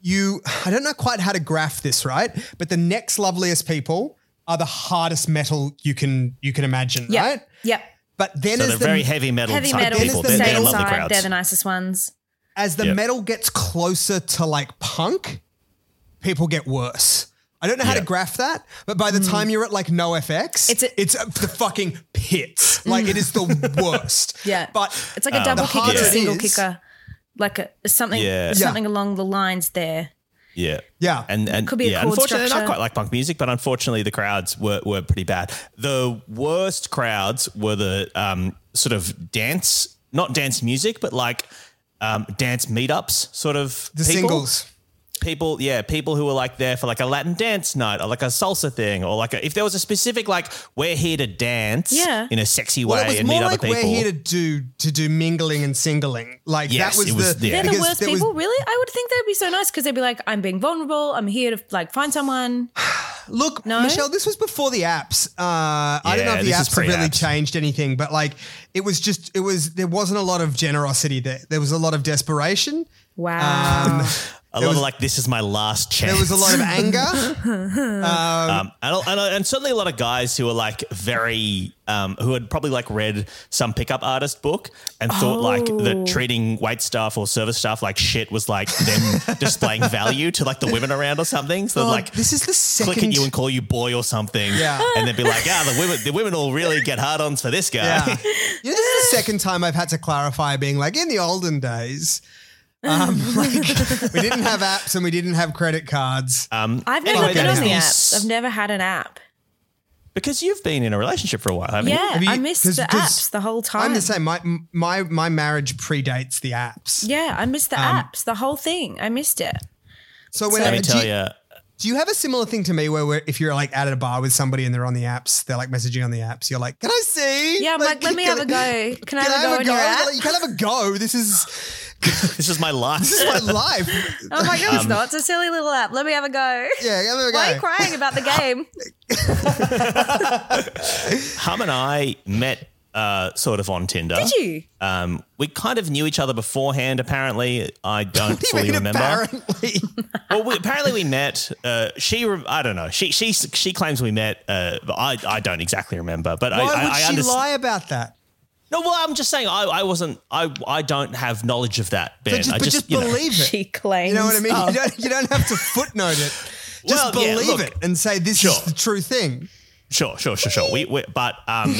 [SPEAKER 2] you. I don't know quite how to graph this, right? But the next loveliest people are the hardest metal you can you can imagine,
[SPEAKER 3] yeah,
[SPEAKER 2] right?
[SPEAKER 3] yeah,
[SPEAKER 2] But then
[SPEAKER 1] so
[SPEAKER 2] as
[SPEAKER 1] they're
[SPEAKER 2] the
[SPEAKER 1] very heavy metal
[SPEAKER 3] heavy
[SPEAKER 1] type
[SPEAKER 3] metal,
[SPEAKER 1] people.
[SPEAKER 3] the
[SPEAKER 1] They're, they're
[SPEAKER 3] same
[SPEAKER 1] lovely
[SPEAKER 3] side.
[SPEAKER 1] crowds.
[SPEAKER 3] They're the nicest ones.
[SPEAKER 2] as the
[SPEAKER 1] Yeah.
[SPEAKER 2] metal gets closer to like punk, people get worse. I don't know how
[SPEAKER 1] Yeah.
[SPEAKER 2] to graph that, but by the time you're at like NoFX,
[SPEAKER 3] Hmm.
[SPEAKER 2] it's
[SPEAKER 3] It's a-
[SPEAKER 2] it's uh, the fucking pits. Like it
[SPEAKER 3] <laughs>
[SPEAKER 2] is the worst.
[SPEAKER 3] Yeah.
[SPEAKER 2] but
[SPEAKER 3] It's like a double
[SPEAKER 2] Um, the
[SPEAKER 3] kicker,
[SPEAKER 2] harder
[SPEAKER 3] a
[SPEAKER 2] it
[SPEAKER 3] single
[SPEAKER 2] is-
[SPEAKER 3] kicker, like a, something,
[SPEAKER 1] Yeah.
[SPEAKER 3] something along the lines there.
[SPEAKER 1] Yeah.
[SPEAKER 2] Yeah.
[SPEAKER 1] And and
[SPEAKER 3] Could be a
[SPEAKER 1] yeah,
[SPEAKER 3] chord
[SPEAKER 1] unfortunately, and I
[SPEAKER 3] structure.
[SPEAKER 1] quite like punk music, but unfortunately, the crowds were, were pretty bad. The worst crowds were the um, sort of dance, not dance music, but like um, dance meetups, sort of
[SPEAKER 2] the
[SPEAKER 1] people.
[SPEAKER 2] singles.
[SPEAKER 1] People, yeah, people who were like there for like a Latin dance night or like a salsa thing or like a, if there was a specific like we're here to dance,
[SPEAKER 3] Yeah.
[SPEAKER 1] in a sexy way
[SPEAKER 2] Well, it was
[SPEAKER 1] and meet
[SPEAKER 2] more
[SPEAKER 1] other
[SPEAKER 2] like
[SPEAKER 1] people.
[SPEAKER 2] we're here to do to do mingling and singling. Like
[SPEAKER 1] Yes,
[SPEAKER 2] that was,
[SPEAKER 1] it was-
[SPEAKER 2] the
[SPEAKER 1] yeah.
[SPEAKER 3] They're the
[SPEAKER 2] because
[SPEAKER 3] worst
[SPEAKER 2] there was-
[SPEAKER 3] people, really. I would think they'd be so nice because they'd be like, "I'm being vulnerable. I'm here to like find someone."
[SPEAKER 2] Look,
[SPEAKER 3] No?
[SPEAKER 2] Michelle, this was before the apps. Uh, I don't know
[SPEAKER 1] Yeah,
[SPEAKER 2] if the
[SPEAKER 1] this is
[SPEAKER 2] apps have really
[SPEAKER 1] pre-apps.
[SPEAKER 2] changed anything, but like it was just it was there wasn't a lot of generosity there. There was a lot of desperation. Um,
[SPEAKER 1] <laughs>
[SPEAKER 3] Wow.
[SPEAKER 1] I love it like this is my last chance.
[SPEAKER 2] There was a lot of anger.
[SPEAKER 1] Um, and, a- and, a- and certainly a lot of guys who are like very, um, who had probably like read some pickup artist book and thought like
[SPEAKER 2] Oh.
[SPEAKER 1] that treating wait staff or service staff like shit was like
[SPEAKER 2] <laughs>
[SPEAKER 1] them displaying value to like the women around or something. So they'd,
[SPEAKER 2] Oh,
[SPEAKER 1] like
[SPEAKER 2] this is the second.
[SPEAKER 1] click at you and call you boy or something.
[SPEAKER 2] Yeah.
[SPEAKER 1] And they'd be like, ah, the women, the women all really get hard ons for this guy.
[SPEAKER 2] yeah. You know, this is the second time I've had to clarify being like in the olden days. Um, <laughs> like we didn't have apps and we didn't have credit cards.
[SPEAKER 3] I've never
[SPEAKER 2] Um, Anyway,
[SPEAKER 3] been on
[SPEAKER 2] that
[SPEAKER 3] the
[SPEAKER 1] is-
[SPEAKER 3] apps. I've never had an app.
[SPEAKER 1] <laughs> Because you've been in a relationship for a while, haven't you?
[SPEAKER 3] Yeah,
[SPEAKER 2] Have you-
[SPEAKER 3] I missed
[SPEAKER 2] 'cause-
[SPEAKER 3] the
[SPEAKER 2] 'cause
[SPEAKER 3] apps the whole time.
[SPEAKER 2] I'm the same. My my my marriage predates the apps.
[SPEAKER 3] Yeah, I missed
[SPEAKER 2] Um,
[SPEAKER 3] the apps, the whole thing. I missed it.
[SPEAKER 2] So when
[SPEAKER 1] Let me
[SPEAKER 2] Uh, do
[SPEAKER 1] tell
[SPEAKER 2] you-
[SPEAKER 1] you.
[SPEAKER 2] Do you have a similar thing to me where, where if you're like out at a bar with somebody and theyey're on the apps, they're like messaging on the apps, you're like, can I see?
[SPEAKER 3] Yeah, I'm like, let me
[SPEAKER 2] can
[SPEAKER 3] have
[SPEAKER 2] <laughs>
[SPEAKER 3] a
[SPEAKER 2] I-
[SPEAKER 3] go. Can I have a go on your app?
[SPEAKER 2] Like, you can't have a go. This is
[SPEAKER 1] This is my
[SPEAKER 2] <laughs>
[SPEAKER 1] last.
[SPEAKER 2] this is
[SPEAKER 3] <laughs>
[SPEAKER 2] my life.
[SPEAKER 3] I'm like, no, it's
[SPEAKER 1] um,
[SPEAKER 3] not. It's a silly little app. Let me have a go.
[SPEAKER 2] <laughs> Yeah, have a go.
[SPEAKER 3] Oh Why are you crying
[SPEAKER 2] <laughs>
[SPEAKER 3] about the game?
[SPEAKER 1] Hum and I met uh, sort of on Tinder. Did
[SPEAKER 3] you?
[SPEAKER 1] Um, we kind of knew each other beforehand. Apparently, I don't
[SPEAKER 2] What do <laughs> you
[SPEAKER 1] fully
[SPEAKER 2] mean,
[SPEAKER 1] remember.
[SPEAKER 2] apparently?
[SPEAKER 1] <laughs> well, we, apparently we met. Uh, she, re- I don't know. She, she, she claims we met. Uh, but I, I don't exactly remember. But I,
[SPEAKER 2] Why
[SPEAKER 1] I,
[SPEAKER 2] would
[SPEAKER 1] I
[SPEAKER 2] she
[SPEAKER 1] understand.
[SPEAKER 2] lie about that?
[SPEAKER 1] No, well, I'm just saying. I, I wasn't. I, I don't have knowledge of that. Ben,
[SPEAKER 2] But just,
[SPEAKER 1] I
[SPEAKER 2] but
[SPEAKER 1] just,
[SPEAKER 2] just,
[SPEAKER 1] you know.
[SPEAKER 2] believe it.
[SPEAKER 3] <laughs> She claims.
[SPEAKER 2] <laughs> you
[SPEAKER 3] oh,
[SPEAKER 2] know what I mean? You, don't, you don't have to footnote it. Just
[SPEAKER 1] Well, yeah,
[SPEAKER 2] believe
[SPEAKER 1] look.
[SPEAKER 2] it and say this
[SPEAKER 1] Sure.
[SPEAKER 2] is the true thing.
[SPEAKER 1] Sure, sure, sure, sure. We, we but
[SPEAKER 2] <laughs>
[SPEAKER 1] um,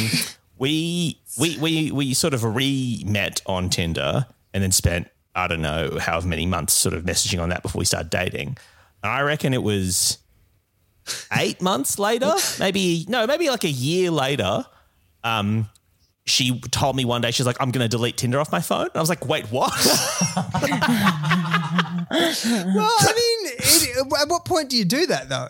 [SPEAKER 1] we we we we sort of re met on Tinder and then spent I don't know however many months sort of messaging on that before we started dating. And I reckon it was eight months later, maybe no, maybe like a year later. Um, she told me one day she's like, "I'm going to delete Tinder off my phone." And I was like, "Wait, what?"
[SPEAKER 2] Well, I mean, it, at what point do you do that though?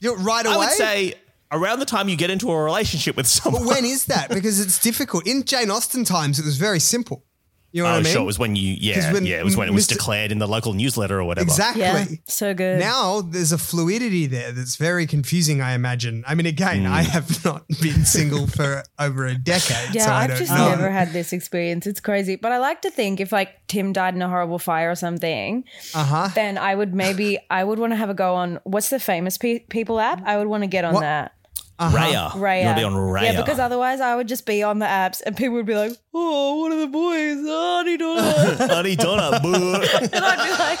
[SPEAKER 2] You're right
[SPEAKER 1] <laughs>
[SPEAKER 2] away.
[SPEAKER 1] I would say around the time you get into a relationship with someone.
[SPEAKER 2] But when is that? Because it's difficult. In Jane Austen times, it was very simple. You know
[SPEAKER 1] Oh,
[SPEAKER 2] what I mean?
[SPEAKER 1] sure. It was when you,
[SPEAKER 2] 'Cause
[SPEAKER 1] yeah,
[SPEAKER 2] when
[SPEAKER 1] yeah. It was when it was
[SPEAKER 2] Mr.
[SPEAKER 1] declared in the local newsletter or whatever.
[SPEAKER 2] exactly.
[SPEAKER 3] Yeah, so good.
[SPEAKER 2] Now there's a fluidity there that's very confusing, I imagine. I mean, again,
[SPEAKER 1] Hmm.
[SPEAKER 2] I have not been single for over a decade.
[SPEAKER 3] Yeah,
[SPEAKER 2] so I
[SPEAKER 3] I've
[SPEAKER 2] don't
[SPEAKER 3] just
[SPEAKER 2] know.
[SPEAKER 3] never had this experience. It's crazy. But I like to think if like Tim died in a horrible fire or something, uh-huh. then I would maybe I would want to have a go on what's the famous pe- people app? I would want to get on that.
[SPEAKER 1] Raya.
[SPEAKER 3] Raya.
[SPEAKER 1] You want to be on Raya.
[SPEAKER 3] Yeah, because otherwise I would just be on the apps and people would be like, "Oh, one of the boys, oh, do
[SPEAKER 2] <laughs>
[SPEAKER 3] and
[SPEAKER 1] Honey donut. boo.
[SPEAKER 3] I'd be like,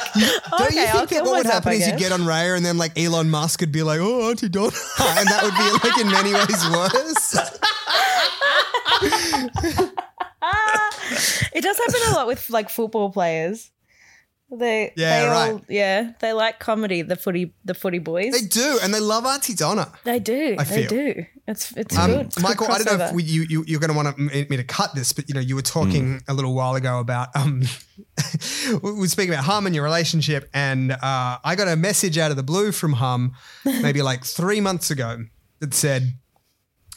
[SPEAKER 2] Don't
[SPEAKER 3] "Okay,
[SPEAKER 2] you
[SPEAKER 3] I'll
[SPEAKER 2] think that
[SPEAKER 3] kill
[SPEAKER 2] what would
[SPEAKER 3] myself,
[SPEAKER 2] happen
[SPEAKER 3] I
[SPEAKER 2] is you
[SPEAKER 3] guess."
[SPEAKER 2] get on Raya and then like Elon Musk would be like, oh, Auntie Donna. <laughs> And that would be like in many ways worse. <laughs>
[SPEAKER 3] It does happen a lot with like football players. They
[SPEAKER 2] Yeah,
[SPEAKER 3] they all
[SPEAKER 2] right.
[SPEAKER 3] yeah, they like comedy, the footy the footy boys.
[SPEAKER 2] They
[SPEAKER 3] They,
[SPEAKER 2] do. And they love Auntie Donna.
[SPEAKER 3] do.
[SPEAKER 2] I feel.
[SPEAKER 3] They do. It's it's
[SPEAKER 2] Um,
[SPEAKER 3] good. It's good
[SPEAKER 2] Michael, I don't know if
[SPEAKER 3] crossover.
[SPEAKER 2] we, you, you, you're going to want me to cut this, but you know, you were talking a little while ago about um, <laughs> we were speaking about Hum and your relationship, and uh, I got a message out of the blue from
[SPEAKER 3] <laughs>
[SPEAKER 2] Hum, maybe like three months ago, that said,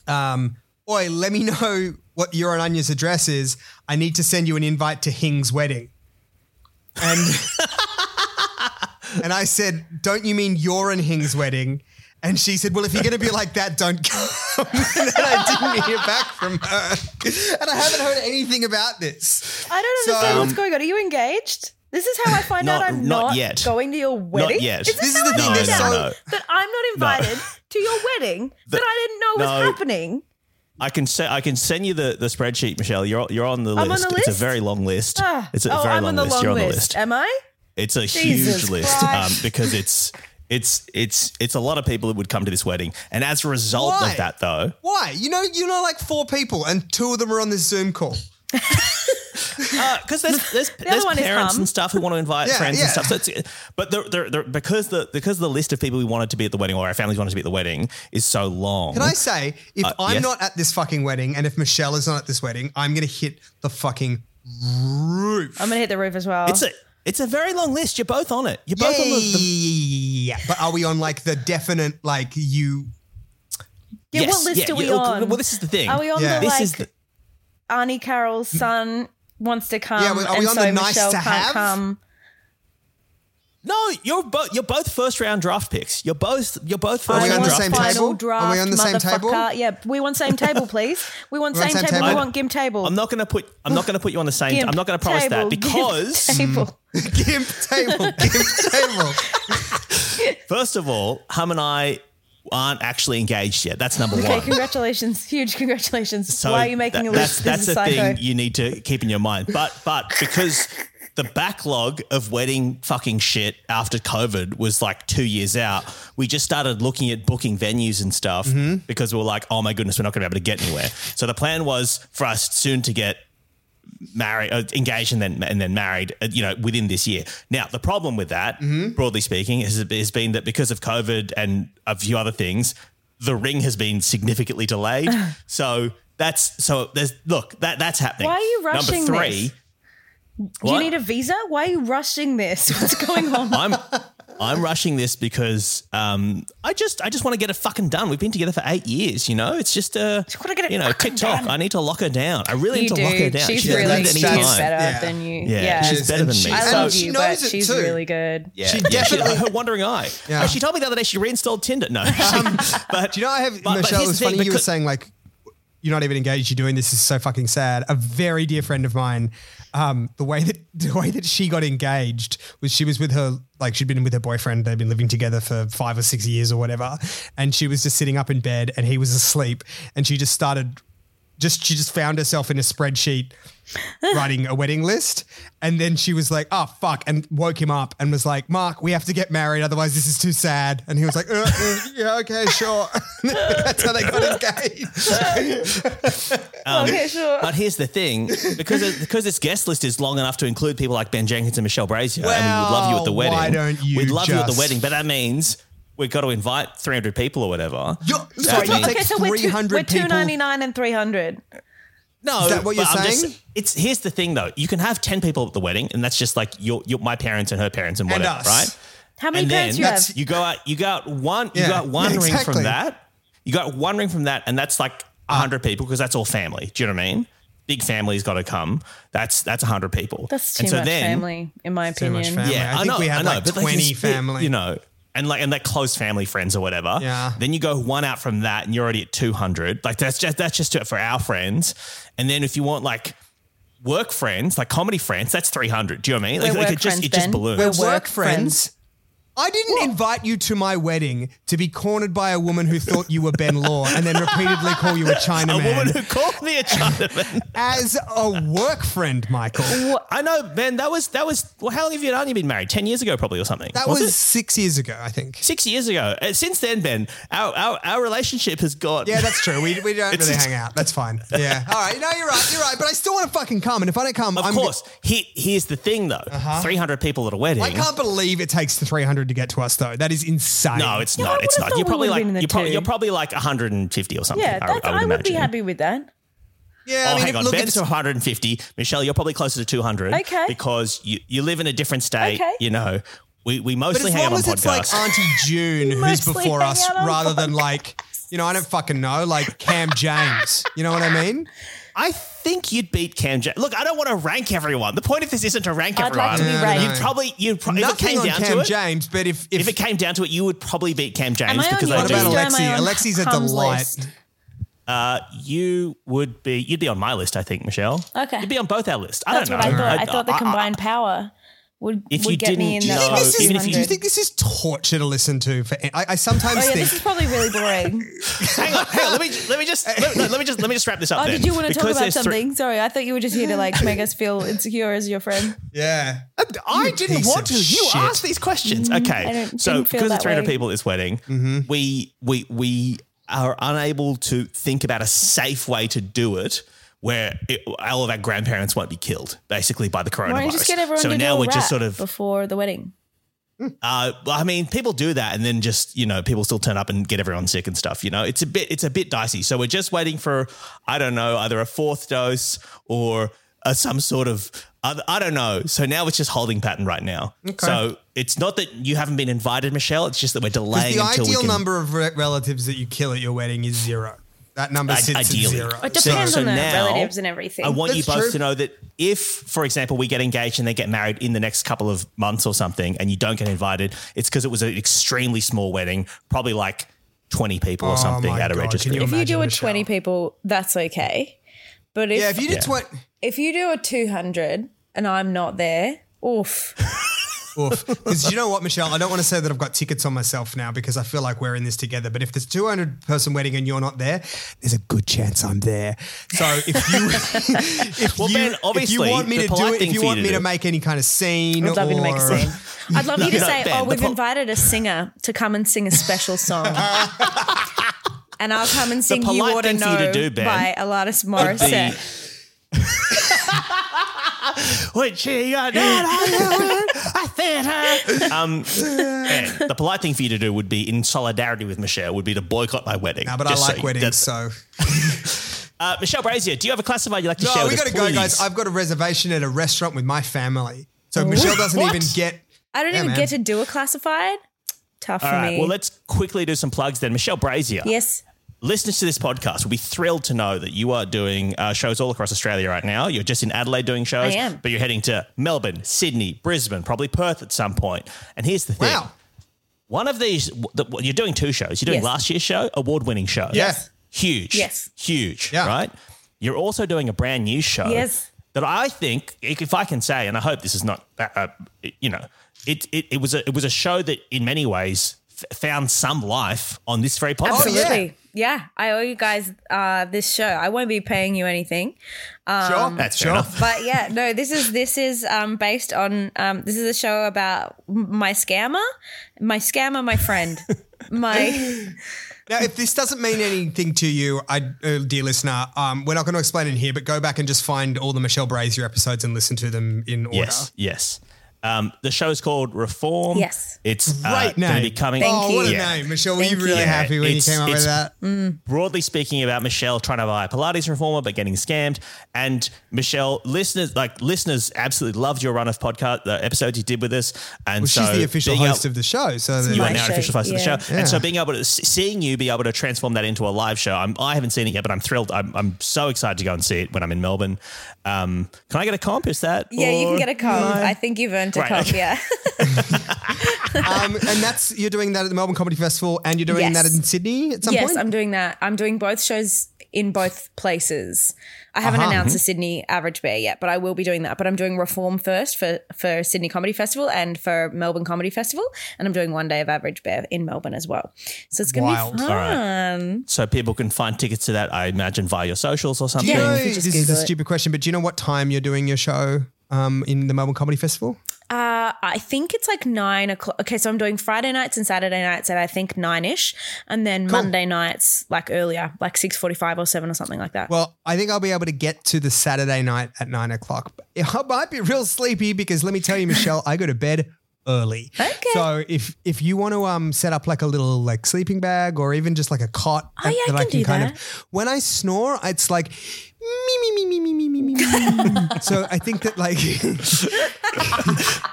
[SPEAKER 2] um, "Oi, let me know what your and Anya's address is. I need to send you an invite to Hing's wedding." and <laughs> and I said, "Don't you mean you're in Hing's wedding?" And she said, "Well, if you're going to be like that, don't come." <laughs> and then I didn't hear back from her, and I haven't heard anything about this.
[SPEAKER 3] I don't
[SPEAKER 2] So,
[SPEAKER 3] understand what's
[SPEAKER 2] um,
[SPEAKER 3] going on. Are you engaged? This is how I
[SPEAKER 1] <laughs>
[SPEAKER 3] find
[SPEAKER 1] Not-
[SPEAKER 3] out I'm
[SPEAKER 1] not
[SPEAKER 3] not,
[SPEAKER 1] yet.
[SPEAKER 3] going to your wedding.
[SPEAKER 1] yet.
[SPEAKER 3] Is this,
[SPEAKER 1] This
[SPEAKER 2] is
[SPEAKER 3] how
[SPEAKER 2] the
[SPEAKER 3] I
[SPEAKER 2] thing,
[SPEAKER 3] found
[SPEAKER 2] there's
[SPEAKER 3] out
[SPEAKER 1] so-
[SPEAKER 3] that I'm
[SPEAKER 1] <laughs>
[SPEAKER 3] not invited to your wedding
[SPEAKER 1] The-
[SPEAKER 3] that I didn't know was
[SPEAKER 1] no.
[SPEAKER 3] happening.
[SPEAKER 1] <laughs> I can se- I can send you the, the spreadsheet, Michelle. You're you're on the
[SPEAKER 3] I'm on
[SPEAKER 1] list.
[SPEAKER 3] the
[SPEAKER 1] It's
[SPEAKER 3] list?
[SPEAKER 1] a very long list.
[SPEAKER 3] Ah,
[SPEAKER 1] it's a
[SPEAKER 3] oh,
[SPEAKER 1] very
[SPEAKER 3] I'm
[SPEAKER 1] long
[SPEAKER 3] on the
[SPEAKER 1] list.
[SPEAKER 3] long
[SPEAKER 1] you're on the
[SPEAKER 3] list.
[SPEAKER 1] list.
[SPEAKER 3] Am I?
[SPEAKER 1] It's a
[SPEAKER 3] Jesus
[SPEAKER 1] huge list um,
[SPEAKER 3] Christ.
[SPEAKER 1] because it's it's it's it's a lot of people that would come to this wedding. And as a result
[SPEAKER 2] Why?
[SPEAKER 1] of that, though,
[SPEAKER 2] Why? You know, you know, like four people, and two of them are on this Zoom call.
[SPEAKER 3] Uh,
[SPEAKER 1] because <laughs> there's there's, there's
[SPEAKER 3] other one is
[SPEAKER 1] parents
[SPEAKER 3] mum.
[SPEAKER 1] and stuff who want to invite
[SPEAKER 2] Yeah,
[SPEAKER 1] friends
[SPEAKER 2] yeah.
[SPEAKER 1] and stuff. So it's, but the, the, the, because the because the list of people we wanted to be at the wedding or our families wanted to be at the wedding is so long.
[SPEAKER 2] Can I say, if I'm
[SPEAKER 1] Uh, yes.
[SPEAKER 2] not at this fucking wedding, and if Michelle is not at this wedding, I'm going to hit the fucking roof.
[SPEAKER 3] I'm gonna hit the roof as well.
[SPEAKER 1] It's a it's a very long list. You're both on it. You're both on the, the
[SPEAKER 2] yeah, but are we on like the definite like you?
[SPEAKER 3] yeah, what
[SPEAKER 1] yes,
[SPEAKER 3] list
[SPEAKER 1] yeah,
[SPEAKER 3] are we
[SPEAKER 1] you-
[SPEAKER 3] on?
[SPEAKER 1] Well, this is the thing.
[SPEAKER 3] Are we on
[SPEAKER 2] Yeah.
[SPEAKER 3] the
[SPEAKER 1] This
[SPEAKER 3] like
[SPEAKER 1] is the-
[SPEAKER 3] Arnie Carroll's son wants to come?
[SPEAKER 2] Mm. Yeah, well, are we
[SPEAKER 3] and
[SPEAKER 2] on
[SPEAKER 3] so
[SPEAKER 2] the nice
[SPEAKER 3] Michelle
[SPEAKER 2] to
[SPEAKER 3] can't
[SPEAKER 2] have?
[SPEAKER 3] Come.
[SPEAKER 1] No, you're both you're both first round draft picks. You're both you're both
[SPEAKER 2] Are
[SPEAKER 1] first
[SPEAKER 2] we
[SPEAKER 1] round
[SPEAKER 2] on the
[SPEAKER 1] draft
[SPEAKER 2] same
[SPEAKER 1] picks.
[SPEAKER 2] table?
[SPEAKER 3] final
[SPEAKER 2] Are we
[SPEAKER 3] draft,
[SPEAKER 2] on the same table?
[SPEAKER 3] motherfucker. Yeah, we
[SPEAKER 2] <laughs>
[SPEAKER 3] want same table, please. We want
[SPEAKER 2] We want
[SPEAKER 3] same,
[SPEAKER 2] same
[SPEAKER 3] table. We
[SPEAKER 2] table?
[SPEAKER 3] want gim table.
[SPEAKER 1] I'm not going to put I'm not going to put you on the same.
[SPEAKER 3] Gimp
[SPEAKER 1] I'm not going to promise that
[SPEAKER 3] table, <laughs>
[SPEAKER 1] because Mm.
[SPEAKER 3] Gimp table.
[SPEAKER 2] Gimp
[SPEAKER 1] <laughs>
[SPEAKER 2] table, gimp table.
[SPEAKER 1] first of all, Hum and I aren't actually engaged yet. That's number
[SPEAKER 3] Okay,
[SPEAKER 1] one.
[SPEAKER 3] congratulations. Huge congratulations.
[SPEAKER 1] So
[SPEAKER 3] Why are you making
[SPEAKER 1] that-
[SPEAKER 3] a list?
[SPEAKER 1] That's,
[SPEAKER 3] this
[SPEAKER 1] that's a
[SPEAKER 3] is psycho.
[SPEAKER 1] thing you need to keep in your mind. But but because the backlog of wedding fucking shit after COVID was like two years out, we just started looking at booking venues and stuff
[SPEAKER 3] Mm-hmm.
[SPEAKER 1] because we were like, oh my goodness, we're not going to be able to get anywhere. So the plan was for us soon to get married, uh, engaged, and then and then married. Uh, you know, within this year. Now, the problem with that,
[SPEAKER 3] Mm-hmm.
[SPEAKER 1] broadly speaking, has, has been that because of COVID and a few other things, the ring has been significantly
[SPEAKER 3] <laughs>
[SPEAKER 1] delayed. so that's so there's look that that's happening.
[SPEAKER 3] Why are you rushing
[SPEAKER 1] Number three,
[SPEAKER 3] this? Do
[SPEAKER 1] What?
[SPEAKER 3] you need a visa? Why are you rushing this? <laughs> What's going on? <laughs>
[SPEAKER 1] I'm I'm rushing this because um, I just I just want to get it fucking done. We've been together for eight years, you know. It's just uh,
[SPEAKER 3] wanna get it
[SPEAKER 1] you know
[SPEAKER 3] fucking
[SPEAKER 1] TikTok.
[SPEAKER 3] done.
[SPEAKER 1] I need to lock her down. I really
[SPEAKER 3] you
[SPEAKER 1] need to
[SPEAKER 3] do.
[SPEAKER 1] lock her down.
[SPEAKER 3] She's
[SPEAKER 1] She doesn't
[SPEAKER 3] really
[SPEAKER 1] need
[SPEAKER 3] she's
[SPEAKER 1] any
[SPEAKER 3] better
[SPEAKER 1] time.
[SPEAKER 2] Yeah.
[SPEAKER 3] than you.
[SPEAKER 1] Yeah,
[SPEAKER 3] Yeah.
[SPEAKER 1] she's
[SPEAKER 2] Yes,
[SPEAKER 1] better
[SPEAKER 2] and
[SPEAKER 1] than
[SPEAKER 2] she-
[SPEAKER 1] me.
[SPEAKER 3] I
[SPEAKER 1] So-
[SPEAKER 3] love
[SPEAKER 2] and she
[SPEAKER 3] you,
[SPEAKER 2] knows
[SPEAKER 3] but
[SPEAKER 2] it
[SPEAKER 3] she's
[SPEAKER 2] too.
[SPEAKER 3] really good.
[SPEAKER 1] Yeah.
[SPEAKER 2] She
[SPEAKER 1] Yeah,
[SPEAKER 2] definitely-
[SPEAKER 1] her wandering eye.
[SPEAKER 2] Yeah.
[SPEAKER 1] Oh, she told me the other day she reinstalled Tinder.
[SPEAKER 2] <laughs>
[SPEAKER 1] No, <laughs> she- but
[SPEAKER 2] Do you know I have
[SPEAKER 1] but- but
[SPEAKER 2] Michelle?
[SPEAKER 1] here's
[SPEAKER 2] It was
[SPEAKER 1] the thing,
[SPEAKER 2] funny you were
[SPEAKER 1] because-
[SPEAKER 2] saying like you're not even engaged. You're doing this this is so fucking sad. A very dear friend of mine, um, the way that <laughs> the way that she got engaged was she was with her like she'd been with her boyfriend. They'd been living together for five or six years or whatever, and she was just sitting up in bed and he was asleep, and she just started. Just she just found herself in a spreadsheet writing a wedding list. And then she was like, oh, fuck. And woke him up and was like, Mark, we have to get married. Otherwise, this is too sad. And he was like, uh, uh, yeah, okay, sure. <laughs> That's how they got engaged.
[SPEAKER 1] Um,
[SPEAKER 3] okay, sure.
[SPEAKER 1] But here's the thing, because because this guest list is long enough to include people like Ben Jenkins and Michelle Brazier, and we would love you at the
[SPEAKER 2] Well,
[SPEAKER 1] wedding.
[SPEAKER 2] why don't you
[SPEAKER 1] We'd love you at the
[SPEAKER 2] just-
[SPEAKER 1] wedding, but that means we've got to invite 300 people or whatever.
[SPEAKER 2] You're-
[SPEAKER 1] That
[SPEAKER 2] sorry, you'll
[SPEAKER 1] means-
[SPEAKER 2] take
[SPEAKER 3] okay, so we're, two,
[SPEAKER 2] 300
[SPEAKER 3] we're
[SPEAKER 2] people.
[SPEAKER 3] 299 and 300.
[SPEAKER 1] No,
[SPEAKER 2] Is that what
[SPEAKER 1] but
[SPEAKER 2] you're
[SPEAKER 1] I'm just-
[SPEAKER 2] saying?
[SPEAKER 1] it's here's the thing though. You can have 10 people at the wedding, and that's just like your, your my parents and her parents and
[SPEAKER 2] And
[SPEAKER 1] whatever,
[SPEAKER 2] us.
[SPEAKER 1] right?
[SPEAKER 3] How many
[SPEAKER 1] and then
[SPEAKER 3] parents do you have?
[SPEAKER 2] that's-
[SPEAKER 1] you go out you got one
[SPEAKER 2] Yeah,
[SPEAKER 1] you got one
[SPEAKER 2] yeah,
[SPEAKER 1] ring
[SPEAKER 2] exactly.
[SPEAKER 1] from that you got one ring from that and that's like 100 people because that's all family do you know what i mean big family's got to come that's that's 100 people
[SPEAKER 3] That's too
[SPEAKER 1] And so
[SPEAKER 3] much
[SPEAKER 1] then-
[SPEAKER 3] family, in my
[SPEAKER 2] too much
[SPEAKER 3] opinion.
[SPEAKER 2] family.
[SPEAKER 1] yeah
[SPEAKER 2] I think
[SPEAKER 1] know,
[SPEAKER 2] we had,
[SPEAKER 1] I know,
[SPEAKER 2] like,
[SPEAKER 1] but you
[SPEAKER 2] 20
[SPEAKER 1] split,
[SPEAKER 2] family.
[SPEAKER 1] you know and like and like close family friends or whatever
[SPEAKER 2] Yeah.
[SPEAKER 1] then you go one out from that and you're already at 200 like that's just that's just for our friends and then if you want like work friends like comedy friends that's 300 do you know what i mean like,
[SPEAKER 3] We're
[SPEAKER 1] like
[SPEAKER 3] work
[SPEAKER 1] it just
[SPEAKER 3] friends,
[SPEAKER 1] it just
[SPEAKER 3] Ben.
[SPEAKER 1] balloons
[SPEAKER 3] We're
[SPEAKER 2] Work
[SPEAKER 3] work
[SPEAKER 2] friends.
[SPEAKER 3] friends.
[SPEAKER 2] I didn't invite you to my wedding to be cornered by a woman who thought you were Ben Law and then repeatedly call you
[SPEAKER 1] <laughs>
[SPEAKER 2] a
[SPEAKER 1] a
[SPEAKER 2] Chinaman
[SPEAKER 1] woman who called me a Chinaman.
[SPEAKER 2] as a work friend, Michael.
[SPEAKER 1] <laughs> I know, man. That was that was. Well, how long have you and you been married? Ten years ago, probably, or something.
[SPEAKER 2] That was,
[SPEAKER 1] was, it?
[SPEAKER 2] six years ago, I think.
[SPEAKER 1] six years ago. Uh, since then, Ben, our our, our relationship has gone.
[SPEAKER 2] Yeah, that's true. We, we don't
[SPEAKER 1] It's
[SPEAKER 2] really
[SPEAKER 1] just-
[SPEAKER 2] hang out. That's fine. Yeah. All right. No, you're right. You're right. But I still want to fucking come. And if I don't
[SPEAKER 1] <laughs>
[SPEAKER 2] come,
[SPEAKER 1] of
[SPEAKER 2] I'm, Uh-huh.
[SPEAKER 1] course. He, here's the thing, though. Three hundred people at a wedding.
[SPEAKER 2] I can't believe it takes the 300 to get to us, though. That is insane.
[SPEAKER 1] no, it's
[SPEAKER 3] Yeah, I
[SPEAKER 1] not.
[SPEAKER 3] would've
[SPEAKER 1] It's not.
[SPEAKER 3] thought
[SPEAKER 1] You're
[SPEAKER 3] we
[SPEAKER 1] probably
[SPEAKER 3] would've
[SPEAKER 1] like
[SPEAKER 3] been in the
[SPEAKER 1] you're, probably
[SPEAKER 3] two.
[SPEAKER 1] you're probably like 150 or something.
[SPEAKER 3] Yeah,
[SPEAKER 1] I,
[SPEAKER 3] that's, I,
[SPEAKER 1] I would,
[SPEAKER 3] would
[SPEAKER 1] imagine.
[SPEAKER 3] be happy with that.
[SPEAKER 2] Yeah.
[SPEAKER 1] Oh,
[SPEAKER 2] I mean,
[SPEAKER 1] hang on.
[SPEAKER 2] look,
[SPEAKER 1] Ben's
[SPEAKER 2] it's,
[SPEAKER 1] 150. Michelle, you're probably closer to 200.
[SPEAKER 3] Okay.
[SPEAKER 1] Because you, you live in a different state.
[SPEAKER 3] Okay.
[SPEAKER 1] You know, we, we
[SPEAKER 2] but
[SPEAKER 1] mostly
[SPEAKER 2] as
[SPEAKER 1] hang out
[SPEAKER 2] long
[SPEAKER 1] on
[SPEAKER 2] as it's like
[SPEAKER 1] podcasts.
[SPEAKER 2] Auntie June who's
[SPEAKER 3] Mostly
[SPEAKER 2] before
[SPEAKER 3] hang
[SPEAKER 2] us
[SPEAKER 3] out on
[SPEAKER 2] rather than like, you know, I don't fucking know, like Cam James. You know what I mean?
[SPEAKER 1] I think you'd beat Cam. Ja- Look, I don't want to rank everyone. The point of this isn't to rank
[SPEAKER 3] I'd
[SPEAKER 1] everyone.
[SPEAKER 3] like to be
[SPEAKER 2] Yeah, ranked.
[SPEAKER 1] You'd probably you'd pro- if it
[SPEAKER 2] Nothing
[SPEAKER 1] came
[SPEAKER 2] on
[SPEAKER 1] down
[SPEAKER 2] Cam
[SPEAKER 1] to it.
[SPEAKER 2] James, but if
[SPEAKER 1] if it came down to it, you would probably beat Cam James
[SPEAKER 5] Am I on
[SPEAKER 1] because
[SPEAKER 5] your
[SPEAKER 1] I
[SPEAKER 2] what
[SPEAKER 1] do.
[SPEAKER 2] about
[SPEAKER 5] list or am I on
[SPEAKER 2] Alexi? Alexi's a
[SPEAKER 5] Cum's
[SPEAKER 2] delight.
[SPEAKER 5] list?
[SPEAKER 1] you would be you'd be on my list, I think, Michelle.
[SPEAKER 3] Okay.
[SPEAKER 1] You'd be on both our list. I
[SPEAKER 3] That's
[SPEAKER 1] don't
[SPEAKER 3] what I
[SPEAKER 1] know.
[SPEAKER 3] thought. I thought the combined power would
[SPEAKER 1] If you
[SPEAKER 3] would get me in
[SPEAKER 1] didn't
[SPEAKER 3] that
[SPEAKER 1] know-
[SPEAKER 3] top
[SPEAKER 1] This
[SPEAKER 2] This is-
[SPEAKER 1] is-
[SPEAKER 3] two
[SPEAKER 1] even if
[SPEAKER 2] do
[SPEAKER 1] you-
[SPEAKER 2] you
[SPEAKER 3] hundred.
[SPEAKER 2] think this is torture to listen to? For I, I
[SPEAKER 5] Oh
[SPEAKER 2] sometimes
[SPEAKER 5] yeah,
[SPEAKER 2] think
[SPEAKER 5] this is probably really
[SPEAKER 1] <laughs>
[SPEAKER 5] boring.
[SPEAKER 1] <laughs> hang on, hang on. Let me let me just let, no, let me just let me just wrap this up.
[SPEAKER 3] <laughs> Oh,
[SPEAKER 1] then.
[SPEAKER 3] did you want to talk
[SPEAKER 1] Because
[SPEAKER 3] about
[SPEAKER 1] there's three-
[SPEAKER 3] something? Sorry, I thought you were just here to like make
[SPEAKER 1] <laughs>
[SPEAKER 3] us feel insecure as your friend.
[SPEAKER 2] Yeah.
[SPEAKER 1] I
[SPEAKER 2] You
[SPEAKER 1] didn't
[SPEAKER 2] piece
[SPEAKER 1] want to.
[SPEAKER 2] of
[SPEAKER 1] You
[SPEAKER 2] shit. Mm-hmm.
[SPEAKER 1] asked these questions. Okay.
[SPEAKER 3] I don't-
[SPEAKER 1] so
[SPEAKER 3] didn't feel
[SPEAKER 1] because of
[SPEAKER 3] that
[SPEAKER 1] 300
[SPEAKER 3] way.
[SPEAKER 1] people at this wedding, we we we are unable to think about a safe way to do it where it, all of our grandparents won't be killed basically by the coronavirus.
[SPEAKER 3] Why don't you just get everyone
[SPEAKER 1] so
[SPEAKER 3] to
[SPEAKER 1] now
[SPEAKER 3] do a
[SPEAKER 1] we're
[SPEAKER 3] rap
[SPEAKER 1] just sort of
[SPEAKER 3] before the wedding?
[SPEAKER 1] uh, well, I mean, people do that, and then just you know, people still turn up and get everyone sick and stuff. You know, it's a bit it's a bit dicey. So we're just waiting for I don't know either a fourth dose or uh, some sort of other, I don't know. So now it's just holding pattern right now. So it's not that you haven't been invited, Michelle. It's just that we're delaying
[SPEAKER 2] The
[SPEAKER 1] until we
[SPEAKER 2] ideal
[SPEAKER 1] can.
[SPEAKER 2] number of re- relatives that you kill at your wedding is zero. That number
[SPEAKER 1] I-
[SPEAKER 2] sits
[SPEAKER 1] ideally.
[SPEAKER 2] at zero.
[SPEAKER 1] It
[SPEAKER 5] depends on the relatives and everything.
[SPEAKER 1] I want you
[SPEAKER 2] That's
[SPEAKER 1] both
[SPEAKER 2] true.
[SPEAKER 1] to know that if, for example, we get engaged and they get married in the next couple of months or something, and you don't get invited, it's because it was an extremely small wedding, probably like twenty people or something
[SPEAKER 2] Oh my
[SPEAKER 1] at a
[SPEAKER 2] God,
[SPEAKER 1] registry.
[SPEAKER 2] can you
[SPEAKER 3] If you
[SPEAKER 2] Imagine
[SPEAKER 3] do a
[SPEAKER 2] Michelle.
[SPEAKER 3] twenty people, that's okay. But if,
[SPEAKER 2] yeah, if you did twenty,
[SPEAKER 3] if you do a two hundred and I'm not there, oof.
[SPEAKER 2] because you know what, Michelle, I don't want to say that I've got tickets on myself now because I feel like we're in this together. But if there's two hundred person wedding and you're not there, there's a good chance I'm there. So if you, <laughs> if,
[SPEAKER 1] Well,
[SPEAKER 2] you
[SPEAKER 1] Ben,
[SPEAKER 2] if you
[SPEAKER 1] obviously,
[SPEAKER 2] want me
[SPEAKER 1] the
[SPEAKER 2] to do
[SPEAKER 1] polite
[SPEAKER 2] it,
[SPEAKER 1] thing
[SPEAKER 2] if you
[SPEAKER 1] for you
[SPEAKER 2] want
[SPEAKER 1] to
[SPEAKER 2] me
[SPEAKER 1] do.
[SPEAKER 2] to make any kind of scene,
[SPEAKER 3] I'd love you to make a
[SPEAKER 2] or-
[SPEAKER 3] scene. I'd love you to
[SPEAKER 1] no,
[SPEAKER 3] say,
[SPEAKER 1] Ben,
[SPEAKER 3] "Oh,
[SPEAKER 1] the
[SPEAKER 3] we've
[SPEAKER 1] po-
[SPEAKER 3] invited a singer to come and sing a
[SPEAKER 1] <laughs>
[SPEAKER 3] special song." And I'll come and sing "You
[SPEAKER 1] polite
[SPEAKER 3] Ought to
[SPEAKER 1] thing for you to
[SPEAKER 3] Know"
[SPEAKER 1] do, Ben,
[SPEAKER 3] by Alanis
[SPEAKER 1] <laughs>
[SPEAKER 3] Morissette.
[SPEAKER 1] When she got down, I thank her. Um, yeah, the polite thing for you to do would be, in solidarity with Michelle, would be to boycott my wedding.
[SPEAKER 2] <laughs> No, but
[SPEAKER 1] Just so
[SPEAKER 2] I like
[SPEAKER 1] you-
[SPEAKER 2] weddings,
[SPEAKER 1] that's-
[SPEAKER 2] so.
[SPEAKER 1] Uh, Michelle Brazier, do you have a classified you'd like to share
[SPEAKER 2] No, we
[SPEAKER 1] with
[SPEAKER 2] got
[SPEAKER 1] us,
[SPEAKER 2] to go,
[SPEAKER 1] please?
[SPEAKER 2] guys. I've got a reservation at a restaurant with my family, so Michelle doesn't
[SPEAKER 1] What?
[SPEAKER 2] even get.
[SPEAKER 3] I don't
[SPEAKER 2] Yeah,
[SPEAKER 3] even
[SPEAKER 2] man.
[SPEAKER 3] get to do a classified. Tough
[SPEAKER 1] All
[SPEAKER 3] for
[SPEAKER 1] right.
[SPEAKER 3] me.
[SPEAKER 1] Well, let's quickly do some plugs then. Michelle Brazier.
[SPEAKER 3] yes.
[SPEAKER 1] listeners to this podcast will be thrilled to know that you are doing uh, shows all across Australia right now. You're just in Adelaide doing shows,
[SPEAKER 3] I am.
[SPEAKER 1] but you're heading to Melbourne, Sydney, Brisbane, probably Perth at some point. And here's the thing:
[SPEAKER 2] Wow.
[SPEAKER 1] one of these, the, well, you're doing two shows. You're doing
[SPEAKER 3] Yes.
[SPEAKER 1] last year's show, award-winning show,
[SPEAKER 2] Yes.
[SPEAKER 1] huge,
[SPEAKER 3] Yes.
[SPEAKER 1] huge,
[SPEAKER 2] Yeah.
[SPEAKER 1] right? You're also doing a brand new show,
[SPEAKER 3] Yes.
[SPEAKER 1] That I think, if if I can say, and I hope this is not, uh, uh, you know, it, it it was a it was a show that in many ways f- found some life on this very podcast.
[SPEAKER 2] Oh, yeah.
[SPEAKER 3] Absolutely. yeah. I owe you guys uh, this show. I won't be paying you anything. Um,
[SPEAKER 2] sure,
[SPEAKER 1] That's fair
[SPEAKER 2] sure.
[SPEAKER 1] enough.
[SPEAKER 3] But yeah, no, this is this is um, based on um, this is a show about m- my scammer, my scammer, my friend, my
[SPEAKER 2] Now, if this doesn't mean anything to you, I, uh, dear listener, um, we're not going to explain it here, but go back and just find all the Michelle Brazier episodes and listen to them in order.
[SPEAKER 1] Yes, yes. Um, the show's called Reform.
[SPEAKER 3] Yes.
[SPEAKER 1] it's uh,
[SPEAKER 2] Great
[SPEAKER 1] going to
[SPEAKER 2] name.
[SPEAKER 1] be coming.
[SPEAKER 2] oh,
[SPEAKER 3] Thank
[SPEAKER 2] what a
[SPEAKER 3] you.
[SPEAKER 2] name. Michelle, were
[SPEAKER 3] Thank
[SPEAKER 2] you
[SPEAKER 3] you.
[SPEAKER 2] really
[SPEAKER 3] Yeah,
[SPEAKER 2] happy when you
[SPEAKER 1] it's-
[SPEAKER 2] came up with
[SPEAKER 1] it's-
[SPEAKER 2] that? Mm.
[SPEAKER 1] Broadly speaking, about Michelle trying to buy a Pilates reformer but getting scammed, and Michelle listeners like listeners absolutely loved your run of podcast the episodes you did with us, and
[SPEAKER 2] Well,
[SPEAKER 1] so
[SPEAKER 2] she's the official
[SPEAKER 1] being
[SPEAKER 2] host
[SPEAKER 1] able-
[SPEAKER 2] of the show.
[SPEAKER 1] You
[SPEAKER 2] So the,
[SPEAKER 1] are
[SPEAKER 3] My
[SPEAKER 1] now an
[SPEAKER 3] show,
[SPEAKER 1] official host
[SPEAKER 3] yeah.
[SPEAKER 1] of the show, and so being able to s- seeing you be able to transform that into a live show, I'm, I haven't seen it yet, but I'm thrilled. I'm, I'm so excited to go and see it when I'm in Melbourne. Um, can I get a comp? Is that
[SPEAKER 3] yeah. You can
[SPEAKER 1] or-
[SPEAKER 3] get a comp. I think you've earned a
[SPEAKER 1] Right,
[SPEAKER 3] comp.
[SPEAKER 1] okay.
[SPEAKER 3] Yeah.
[SPEAKER 2] um, and that's you're doing that at the Melbourne Comedy Festival, and you're doing
[SPEAKER 3] Yes.
[SPEAKER 2] that in Sydney at some
[SPEAKER 3] yes,
[SPEAKER 2] point.
[SPEAKER 3] I'm doing that. I'm doing both shows in both places. I haven't
[SPEAKER 2] Uh-huh.
[SPEAKER 3] announced the Sydney Average Bear yet, but I will be doing that. But I'm doing Reform first for for Sydney Comedy Festival and for Melbourne Comedy Festival, and I'm doing one day of Average Bear in Melbourne as well. So it's gonna
[SPEAKER 2] Wild.
[SPEAKER 3] be
[SPEAKER 2] All
[SPEAKER 3] fun.
[SPEAKER 1] so people can find tickets to that? I imagine via your socials or
[SPEAKER 2] do
[SPEAKER 1] something.
[SPEAKER 2] you know,
[SPEAKER 3] if you
[SPEAKER 2] this
[SPEAKER 3] just
[SPEAKER 2] is a
[SPEAKER 3] Google it.
[SPEAKER 2] stupid question, but do you know what time you're doing your show um, in the Melbourne Comedy Festival?
[SPEAKER 3] Uh, I think it's like nine o'clock. Okay, so I'm doing Friday nights and Saturday nights at I think nine ish, and then Monday nights like earlier, like six forty five or seven or something like that.
[SPEAKER 2] Well, I think I'll be able to get to the Saturday night at nine o'clock. I might be real sleepy because let me tell you, Michelle, I go to bed early. Okay. So if if you want to um set up like a little like sleeping bag or even just like a cot
[SPEAKER 3] Oh, yeah, I can do that.
[SPEAKER 2] of when I snore, it's like me me me me me me me me.
[SPEAKER 3] <laughs>
[SPEAKER 2] me. so I think that like <laughs>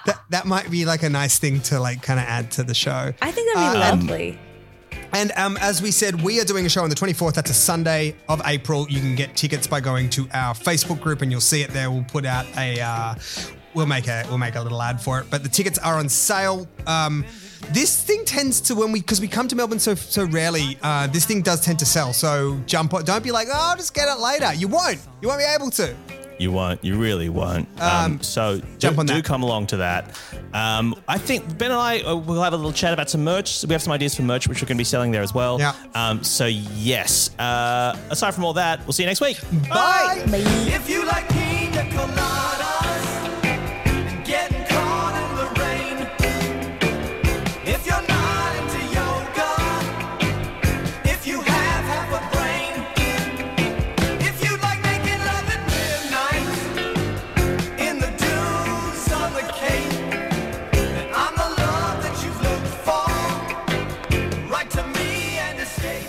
[SPEAKER 2] that that might be like a nice thing to like kind of add to the show. um,
[SPEAKER 3] I think that'd be lovely.
[SPEAKER 2] And um, as we said, we are doing a show on the 24th. That's a Sunday of April. You can get tickets by going to our Facebook group, and you'll see it there. We'll put out a. Uh, We'll make a we'll make a little ad for it, but the tickets are on sale. Um, this thing tends to when we because we come to Melbourne so so rarely. Uh, this thing does tend to sell, so jump on. Don't be like, oh, I'll just get it later. You won't. You won't be able to.
[SPEAKER 1] You won't. You really won't. Um, so
[SPEAKER 2] jump
[SPEAKER 1] do,
[SPEAKER 2] on
[SPEAKER 1] do
[SPEAKER 2] that.
[SPEAKER 1] come along to that. Um, I think Ben and I uh, will have a little chat about some merch. We have some ideas for merch which we're going to be selling there as well.
[SPEAKER 2] Yeah.
[SPEAKER 1] Um, so yes. Uh, aside from all that, we'll see you next week.
[SPEAKER 2] Bye.
[SPEAKER 6] If you like pina coladas and getting caught in the rain, if you're not into yoga, if you have half a brain, if you like making love at midnight in the dunes on the cape, then I'm the love that you've looked for. Write to me and escape.